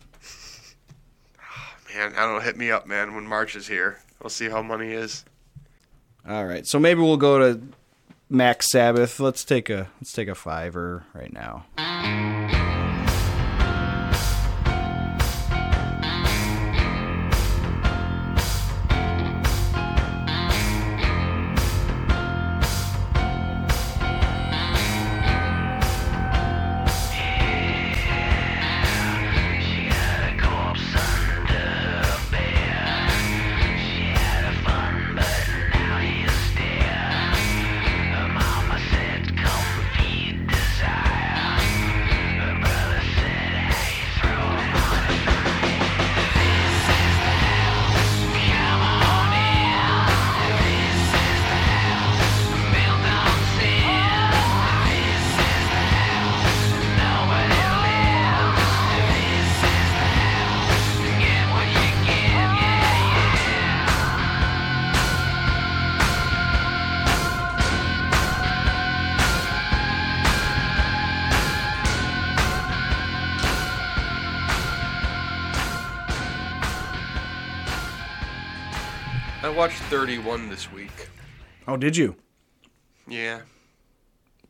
[SPEAKER 5] Man, I don't know. Hit me up, man. When March is here, we'll see how money is.
[SPEAKER 4] All right, so maybe we'll go to Max Sabbath. Let's take a let's take a fiver right now.
[SPEAKER 5] I watched 31 this week.
[SPEAKER 4] Oh, did you?
[SPEAKER 5] Yeah.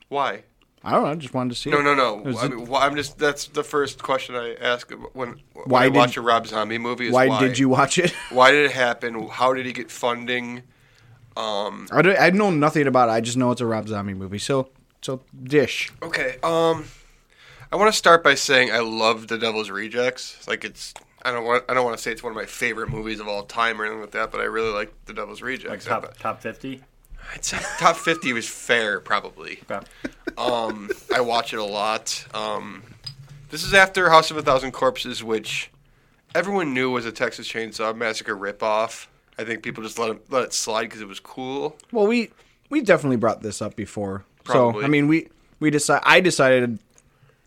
[SPEAKER 5] Why?
[SPEAKER 4] I don't know. I just wanted to see.
[SPEAKER 5] No,
[SPEAKER 4] it.
[SPEAKER 5] no, no.
[SPEAKER 4] Was
[SPEAKER 5] I
[SPEAKER 4] it-
[SPEAKER 5] mean, why, I'm just. That's the first question I ask when, when
[SPEAKER 4] Why
[SPEAKER 5] I
[SPEAKER 4] did-
[SPEAKER 5] watch a Rob Zombie movie. Is
[SPEAKER 4] Why,
[SPEAKER 5] why,
[SPEAKER 4] did you watch it?
[SPEAKER 5] Why did it happen? How did he get funding?
[SPEAKER 4] I don't, I know nothing about it. I just know it's a Rob Zombie movie. So so dish.
[SPEAKER 5] Okay. Um, I want to start by saying I love The Devil's Rejects. Like it's. I don't want. I don't want to say it's one of my favorite movies of all time or anything like that. But I really like The Devil's Rejects.
[SPEAKER 6] Top top fifty.
[SPEAKER 5] I'd say top fifty was fair, probably.
[SPEAKER 6] Okay.
[SPEAKER 5] Um, I watch it a lot. Um, this is after House of a Thousand Corpses, which everyone knew was a Texas Chainsaw Massacre ripoff. I think people just let it, let it slide because it was cool.
[SPEAKER 4] Well, we we definitely brought this up before.
[SPEAKER 5] Probably.
[SPEAKER 4] So I mean, we we decide. I decided.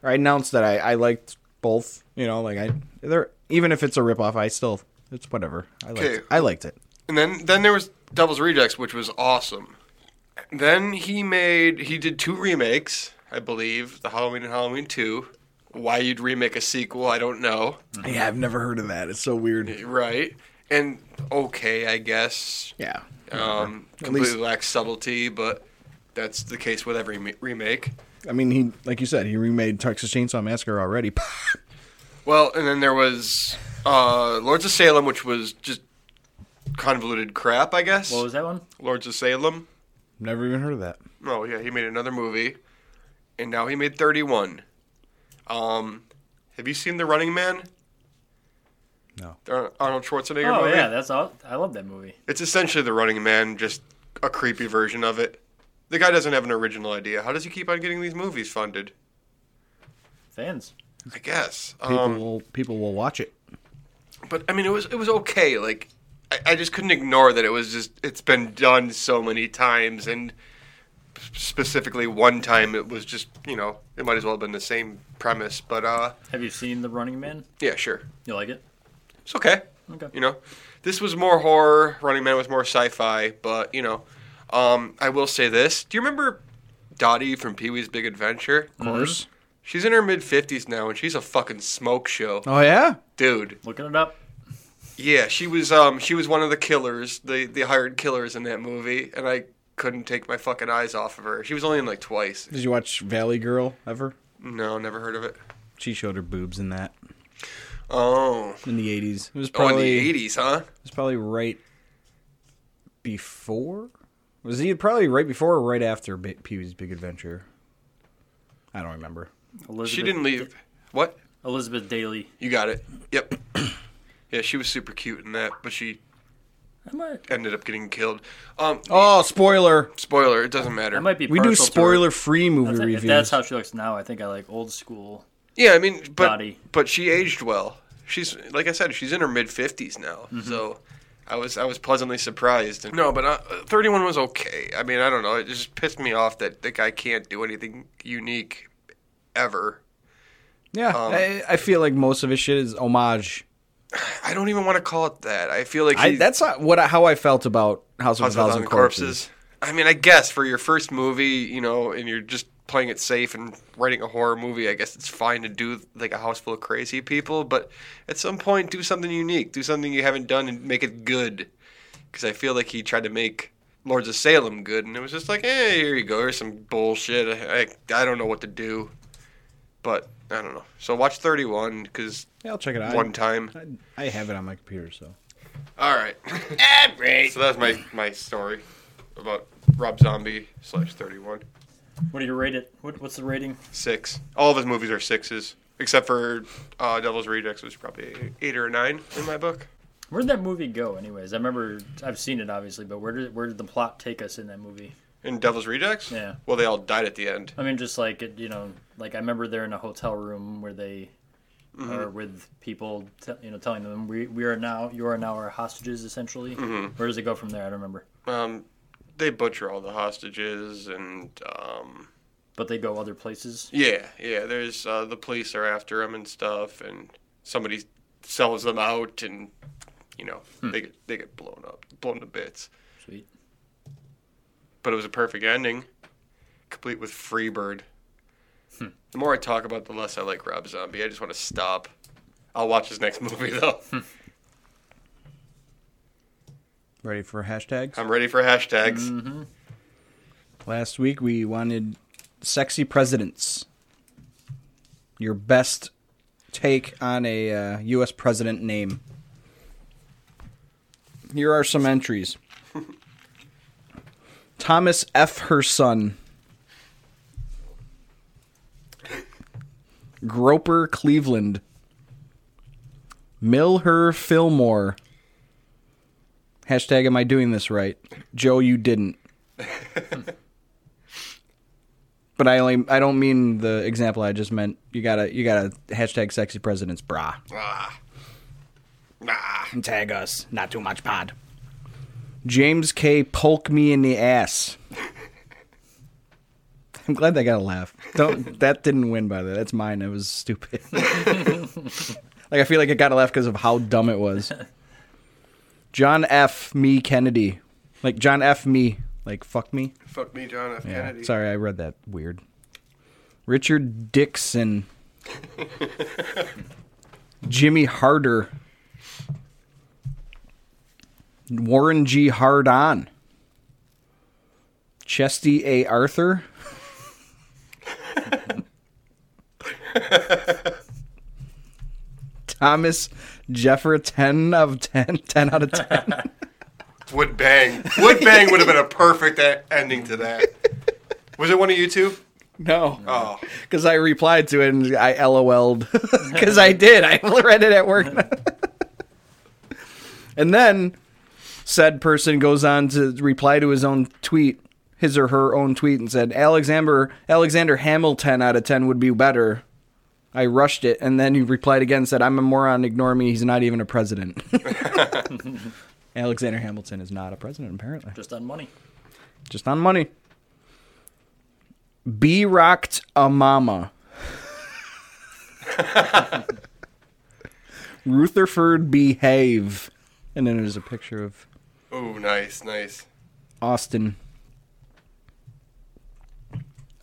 [SPEAKER 4] Or I announced that I I liked both. You know, like I they're even if it's a ripoff, I still it's whatever. I liked,
[SPEAKER 5] Okay.
[SPEAKER 4] I liked it.
[SPEAKER 5] And then then there was Devil's Rejects, which was awesome. Then he made he did two remakes, I believe, the Halloween and Halloween Two. Why you'd remake a sequel, I don't know.
[SPEAKER 4] Yeah, I've never heard of that. It's so
[SPEAKER 6] Mm-hmm.
[SPEAKER 4] weird.
[SPEAKER 5] Right? And okay, I guess
[SPEAKER 4] Yeah.
[SPEAKER 5] um,
[SPEAKER 4] least-
[SPEAKER 5] completely lacks subtlety, but that's the case with every me- remake.
[SPEAKER 4] I mean, he like you said, he remade Texas Chainsaw Massacre already.
[SPEAKER 5] Well, and then there was uh, Lords of Salem, which was just convoluted crap, I guess.
[SPEAKER 6] What was that one?
[SPEAKER 5] Lords of Salem.
[SPEAKER 4] Never even heard of that.
[SPEAKER 5] Oh yeah, he made another movie, and now he made Thirty One. Um, have you seen The Running Man?
[SPEAKER 4] No.
[SPEAKER 5] The Ar- Arnold Schwarzenegger
[SPEAKER 6] Oh
[SPEAKER 5] movie.
[SPEAKER 6] yeah, that's all. I love that movie.
[SPEAKER 5] It's essentially The Running Man, just a creepy version of it. The guy doesn't have an original idea. How does he keep on getting these movies funded?
[SPEAKER 6] Fans.
[SPEAKER 5] I guess.
[SPEAKER 4] People
[SPEAKER 5] Um,
[SPEAKER 4] will people will watch it.
[SPEAKER 5] but I mean, it was it was okay. Like, I, I just couldn't ignore that it was just it's been done so many times, and specifically one time. It was just you know it might as well have been the same premise, but uh,
[SPEAKER 6] Have you seen The Running Man?
[SPEAKER 5] yeah, sure,
[SPEAKER 6] You like it?
[SPEAKER 5] it's okay.
[SPEAKER 6] Okay.
[SPEAKER 5] You know, this was more horror. Running Man was more sci-fi, but you know, um, I will say this: Do you remember Dottie from Pee Wee's Big Adventure?
[SPEAKER 4] Of course.
[SPEAKER 5] She's in her mid fifties now, and she's a fucking smoke show,
[SPEAKER 4] Oh yeah.
[SPEAKER 5] dude.
[SPEAKER 6] Looking it up.
[SPEAKER 5] Yeah, she was um she was one of the killers, the the hired killers in that movie, and I couldn't take my fucking eyes off of her. She was only in like twice.
[SPEAKER 4] Did you watch Valley Girl ever?
[SPEAKER 5] No, never heard of it.
[SPEAKER 4] She showed her boobs in that
[SPEAKER 5] Oh,
[SPEAKER 4] in the eighties. It was
[SPEAKER 5] oh, in
[SPEAKER 4] probably
[SPEAKER 5] the eighties, huh?
[SPEAKER 4] it was probably right before. Was he probably right before or right after Bi- Pee Wee's Big Adventure? I don't remember.
[SPEAKER 6] Elizabeth,
[SPEAKER 5] She didn't leave. What?
[SPEAKER 6] Elizabeth Daly.
[SPEAKER 5] You got it. Yep. yeah, she was super cute in that, but she
[SPEAKER 6] I might,
[SPEAKER 5] ended up getting killed. Um,
[SPEAKER 4] Oh, spoiler!
[SPEAKER 5] spoiler. It doesn't matter.
[SPEAKER 6] I might be.
[SPEAKER 4] We do
[SPEAKER 6] partial to her.
[SPEAKER 4] spoiler-free movie
[SPEAKER 6] That's it. If
[SPEAKER 4] reviews.
[SPEAKER 6] that's how she looks now, I think I like old school.
[SPEAKER 5] Yeah, I mean, but
[SPEAKER 6] Dottie.
[SPEAKER 5] but she aged well. She's like I said, she's in her mid fifties now.
[SPEAKER 6] Mm-hmm.
[SPEAKER 5] So I was I was pleasantly surprised. No, but uh, thirty one was okay. I mean, I don't know. It just pissed me off that the guy can't do anything unique ever.
[SPEAKER 4] yeah, I, I feel like most of his shit is homage.
[SPEAKER 5] I don't even want to call it that. I feel like
[SPEAKER 4] I,
[SPEAKER 5] he-
[SPEAKER 4] that's not what I, how I felt about House of a
[SPEAKER 5] House of a
[SPEAKER 4] Thousand Corpses.
[SPEAKER 5] I mean, I guess for your first movie, you know, and you're just playing it safe and writing a horror movie, I guess it's fine to do like a house full of crazy people, but at some point, do something unique, do something you haven't done, and make it good. Because I feel like he tried to make Lords of Salem good, and it was just like, eh, here you go, here's some bullshit. I, I, I don't know what to do, but I don't know. So watch 31 because
[SPEAKER 4] Yeah, I'll check it out.
[SPEAKER 5] one time.
[SPEAKER 4] I, I have it on my computer, so
[SPEAKER 5] All right. So that's my my story about Rob Zombie slash thirty one
[SPEAKER 6] What do you rate it? What, what's the rating?
[SPEAKER 5] six. All of his movies are sixes, except for uh, Devil's Rejects, which is probably eight or a nine in my book.
[SPEAKER 6] Where did that movie go, anyways? I remember I've seen it obviously, but where did where did the plot take us in that movie?
[SPEAKER 5] In Devil's Rejects,
[SPEAKER 6] Yeah.
[SPEAKER 5] Well, they all died at the end.
[SPEAKER 6] I mean, just like it, you know, like I remember they're in a hotel room where they
[SPEAKER 5] Mm-hmm.
[SPEAKER 6] are with people, t- you know, telling them we we are now you are now our hostages essentially.
[SPEAKER 5] Mm-hmm.
[SPEAKER 6] Where does it go from there? I don't remember,
[SPEAKER 5] Um, they butcher all the hostages, and um,
[SPEAKER 6] but they go other places.
[SPEAKER 5] yeah, yeah. There's uh, the police are after him and stuff, and somebody sells them out, and you know they get they get blown up, blown to bits.
[SPEAKER 6] Sweet.
[SPEAKER 5] but it was a perfect ending, complete with Freebird. The more I talk about, it, the less I like Rob Zombie. I just want to stop. I'll watch his next movie though.
[SPEAKER 4] ready for hashtags.
[SPEAKER 5] I'm ready for hashtags.
[SPEAKER 4] Last week we wanted sexy presidents. Your best take on a uh, U.S. president name. Here are some entries. Thomas F. Her son. Groper Cleveland. Mill Her Fillmore. Hashtag am I doing this right? Joe, you didn't. But I only I don't mean the example I just meant. You gotta you gotta hashtag sexy presidents brah.
[SPEAKER 5] Ah. Ah.
[SPEAKER 4] And tag us. Not too much pod. James K. Polk me in the ass. I'm glad they got a laugh. Don't that didn't win by the way. That's mine. That was stupid. like I feel like it got a laugh because of how dumb it was. John F. Me Kennedy. Like John F. Me. Like fuck me.
[SPEAKER 5] Fuck me, John F.
[SPEAKER 4] Yeah,
[SPEAKER 5] Kennedy.
[SPEAKER 4] Sorry, I read that weird. Richard Dixon. Jimmy Harder. Warren G. Hardon. Chesty A. Arthur. Thomas Jeffer 10 of 10, 10 out of 10.
[SPEAKER 5] Wood bang. Wood bang would have been a perfect a- ending to that. Was it one of you two?
[SPEAKER 4] No.
[SPEAKER 5] Oh,
[SPEAKER 4] because I replied to it and I LOL'd because I did. I read it at work, and then said person goes on to reply to his own tweet, his or her own tweet, and said Alexander Alexander Hamilton out of ten would be better. I rushed it, and then he replied again, and said, "I'm a moron. Ignore me. He's not even a president." Alexander Hamilton is not a president, apparently.
[SPEAKER 6] Just on money.
[SPEAKER 4] Just on money. B rocked a mama. Rutherford behave. And then there's a picture of
[SPEAKER 5] Oh, nice, nice.
[SPEAKER 4] Austin.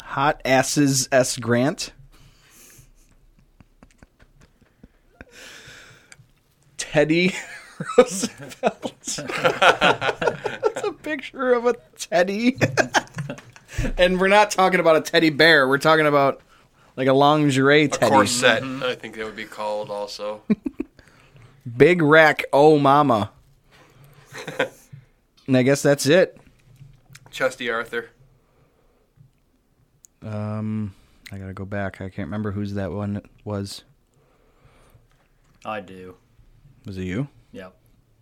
[SPEAKER 4] Hot asses S Grant. Teddy Roosevelt. That's a picture of a teddy. and we're not talking about a teddy bear. We're talking about like a lingerie
[SPEAKER 5] A
[SPEAKER 4] teddy.
[SPEAKER 5] corset, I think that would be called also.
[SPEAKER 4] Big Rack, oh mama. and I guess that's it.
[SPEAKER 5] Chesty Arthur.
[SPEAKER 4] Um, I gotta go back. I can't remember whose that one was.
[SPEAKER 6] I do.
[SPEAKER 4] Was it you?
[SPEAKER 6] Yeah.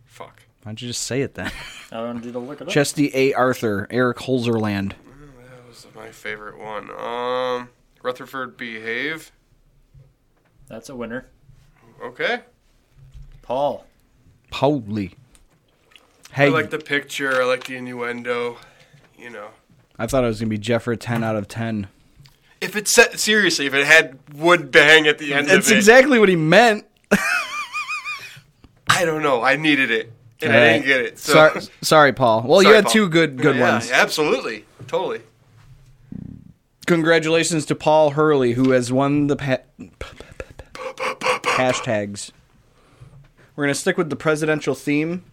[SPEAKER 5] Fuck.
[SPEAKER 4] Why don't you just say it then?
[SPEAKER 6] I wanted you to look it up.
[SPEAKER 4] Chesty A. Arthur, Eric Holzerland.
[SPEAKER 5] That was my favorite one. Um, Rutherford Behave.
[SPEAKER 6] That's a winner.
[SPEAKER 5] Okay.
[SPEAKER 6] Paul.
[SPEAKER 4] Holy. Hey,
[SPEAKER 5] I like the picture. I like the innuendo. You know,
[SPEAKER 4] I thought it was gonna be Jeff for a ten out of ten.
[SPEAKER 5] if it set seriously, if it had wood bang at the end
[SPEAKER 4] That's
[SPEAKER 5] of it,
[SPEAKER 4] exactly what he meant.
[SPEAKER 5] I don't know. I needed it, and I didn't get it. So.
[SPEAKER 4] Sorry, sorry, Paul. Well, you
[SPEAKER 5] Sorry,
[SPEAKER 4] had
[SPEAKER 5] Paul.
[SPEAKER 4] two good good
[SPEAKER 5] yeah,
[SPEAKER 4] ones.
[SPEAKER 5] Absolutely, totally.
[SPEAKER 4] Congratulations to Paul Hurley, who has won the pa- hashtags. We're gonna stick with the presidential theme.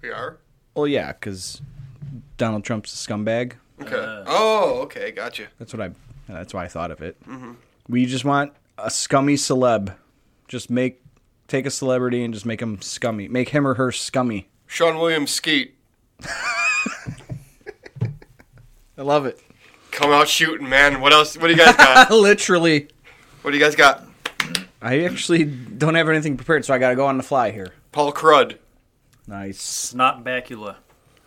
[SPEAKER 5] We are.
[SPEAKER 4] Well, yeah, because Donald Trump's a scumbag.
[SPEAKER 5] Okay. oh, okay. Gotcha.
[SPEAKER 4] That's what I. That's why I thought of it. We just want a scummy celeb. Just make take a celebrity and just make him scummy. Make him or her scummy.
[SPEAKER 5] Sean Williams Skeet,
[SPEAKER 4] I love it.
[SPEAKER 5] come out shooting, man. What else? What do you guys got?
[SPEAKER 4] Literally,
[SPEAKER 5] what do you guys got?
[SPEAKER 4] I actually don't have anything prepared, so I got to go on the fly here.
[SPEAKER 5] Paul Crud.
[SPEAKER 4] Nice.
[SPEAKER 6] Snot Bacula.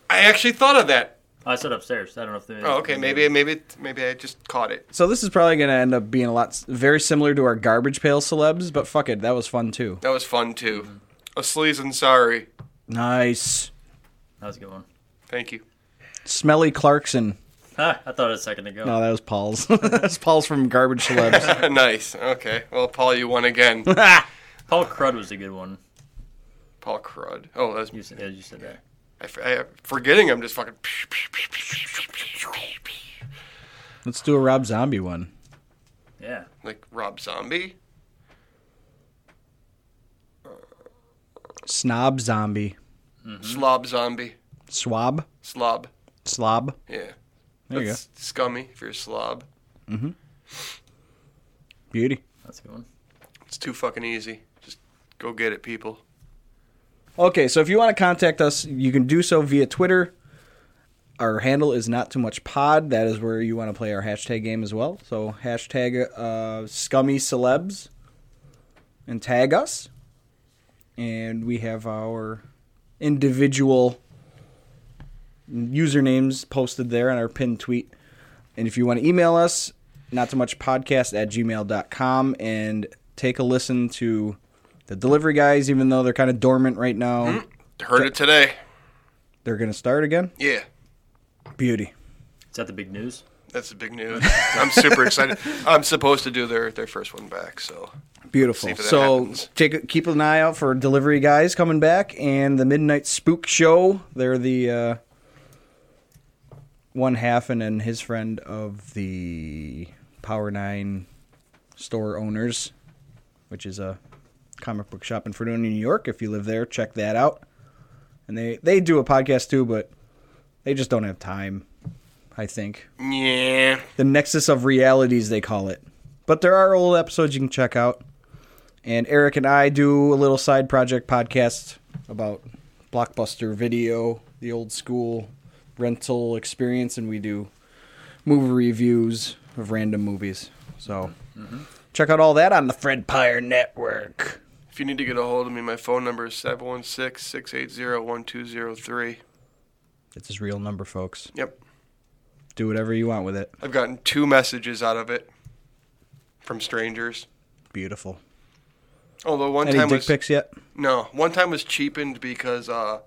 [SPEAKER 5] I actually thought of that.
[SPEAKER 6] I said upstairs. I don't know if they.
[SPEAKER 5] Oh, okay. Maybe, maybe, maybe I just caught it.
[SPEAKER 4] So this is probably going to end up being a lot s- very similar to our garbage pail celebs, but fuck it, that was fun too.
[SPEAKER 5] That was fun too.
[SPEAKER 4] Mm-hmm.
[SPEAKER 5] A sleaze and sorry.
[SPEAKER 4] Nice.
[SPEAKER 6] That was a good one.
[SPEAKER 5] Thank you.
[SPEAKER 4] Smelly Clarkson.
[SPEAKER 6] Ah, I thought it a second ago.
[SPEAKER 4] No, that was Paul's. That's Paul's from Garbage Celebs.
[SPEAKER 5] nice. Okay. Well, Paul, you won again.
[SPEAKER 6] Paul Crud was a good one.
[SPEAKER 5] Paul Crud. Oh, that's
[SPEAKER 6] You said, yeah, you said that.
[SPEAKER 5] I, f- I- forgetting. I'm just fucking.
[SPEAKER 4] Let's do a Rob Zombie one.
[SPEAKER 6] Yeah.
[SPEAKER 5] Like Rob Zombie.
[SPEAKER 4] Snob Zombie. Mm-hmm.
[SPEAKER 5] Slob Zombie.
[SPEAKER 4] Swab.
[SPEAKER 5] Slob.
[SPEAKER 4] Slob.
[SPEAKER 5] Yeah.
[SPEAKER 4] There you go.
[SPEAKER 5] That's scummy if you're a slob.
[SPEAKER 4] Beauty.
[SPEAKER 6] That's a good one.
[SPEAKER 5] It's too fucking easy. Just go get it, people.
[SPEAKER 4] Okay, so if you want to contact us, you can do so via Twitter. Our handle is not too much pod. That is where you want to play our hashtag game as well. So hashtag uh, scummy celebs and tag us. And we have our individual usernames posted there on our pinned tweet. And if you want to email us, not too much podcast at gmail.com and take a listen to the delivery guys, even though they're kind of dormant right now.
[SPEAKER 5] Hmm? Heard it today.
[SPEAKER 4] They're going to start again.
[SPEAKER 5] Yeah.
[SPEAKER 4] Beauty.
[SPEAKER 6] Is that the big news?
[SPEAKER 5] That's the big news. I'm super excited. I'm supposed to do their, their first one back, so See
[SPEAKER 4] Beautiful.
[SPEAKER 5] if that
[SPEAKER 4] So
[SPEAKER 5] happens.
[SPEAKER 4] take, keep an eye out for delivery guys coming back and the Midnight Spook Show. They're the uh, one half and then his friend of the Power Nine store owners, which is a comic book shop in Fredonia, New York. If you live there, check that out. And they, they do a podcast too, but they just don't have time, I think.
[SPEAKER 5] yeah.
[SPEAKER 4] the Nexus of Realities, they call it. But there are old episodes you can check out. And Eric and I do a little side project podcast about blockbuster video, the old school rental experience, and we do movie reviews of random movies. So check out all that on the Fred Pyre Network.
[SPEAKER 5] If you need to get a hold of me, my phone number is 716 680 1203.
[SPEAKER 4] It's his real number, folks.
[SPEAKER 5] Yep.
[SPEAKER 4] Do whatever you want with it.
[SPEAKER 5] I've gotten two messages out of it from strangers.
[SPEAKER 4] Beautiful.
[SPEAKER 5] Although one
[SPEAKER 4] Any
[SPEAKER 5] time
[SPEAKER 4] dick
[SPEAKER 5] was
[SPEAKER 4] pics yet?
[SPEAKER 5] no, one time was cheapened because uh,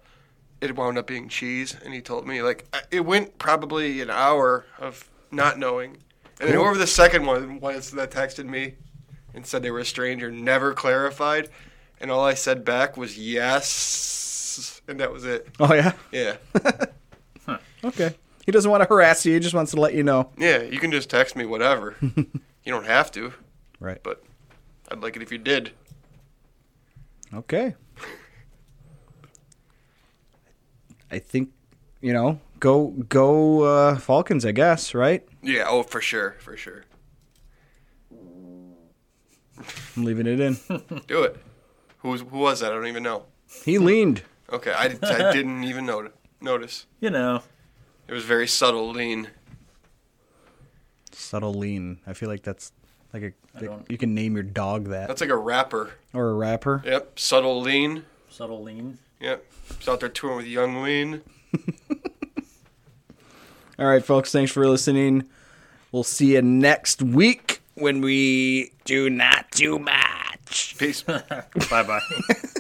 [SPEAKER 5] it wound up being cheese, and he told me like I- it went probably an hour of not knowing. And then whoever the second one was that texted me and said they were a stranger never clarified. And all I said back was yes. And that was it.
[SPEAKER 4] Oh yeah.
[SPEAKER 5] Yeah.
[SPEAKER 4] Okay. He doesn't want to harass you. He just wants to let you know.
[SPEAKER 5] Yeah, you can just text me whatever. you don't have to,
[SPEAKER 4] Right.
[SPEAKER 5] but I'd like it if you did.
[SPEAKER 4] Okay. I think you know. Go go uh, Falcons. I guess right.
[SPEAKER 5] Yeah, oh, for sure, for sure.
[SPEAKER 4] I'm leaving it in.
[SPEAKER 5] Do it. Who was, who was that? I don't even know.
[SPEAKER 4] He leaned.
[SPEAKER 5] Okay, I, I didn't even not- notice.
[SPEAKER 6] You know,
[SPEAKER 5] It was very subtle lean.
[SPEAKER 4] Subtle lean. I feel like that's like a
[SPEAKER 6] don't-
[SPEAKER 4] you can name your dog that
[SPEAKER 5] That's like a rapper.
[SPEAKER 4] or a rapper.
[SPEAKER 5] Yep, subtle lean.
[SPEAKER 6] subtle lean.
[SPEAKER 5] Yep. He's out there touring with Young Lean.
[SPEAKER 4] All right, folks. Thanks for listening. We'll see you next week when we do not do much.
[SPEAKER 5] Peace.
[SPEAKER 6] Bye bye.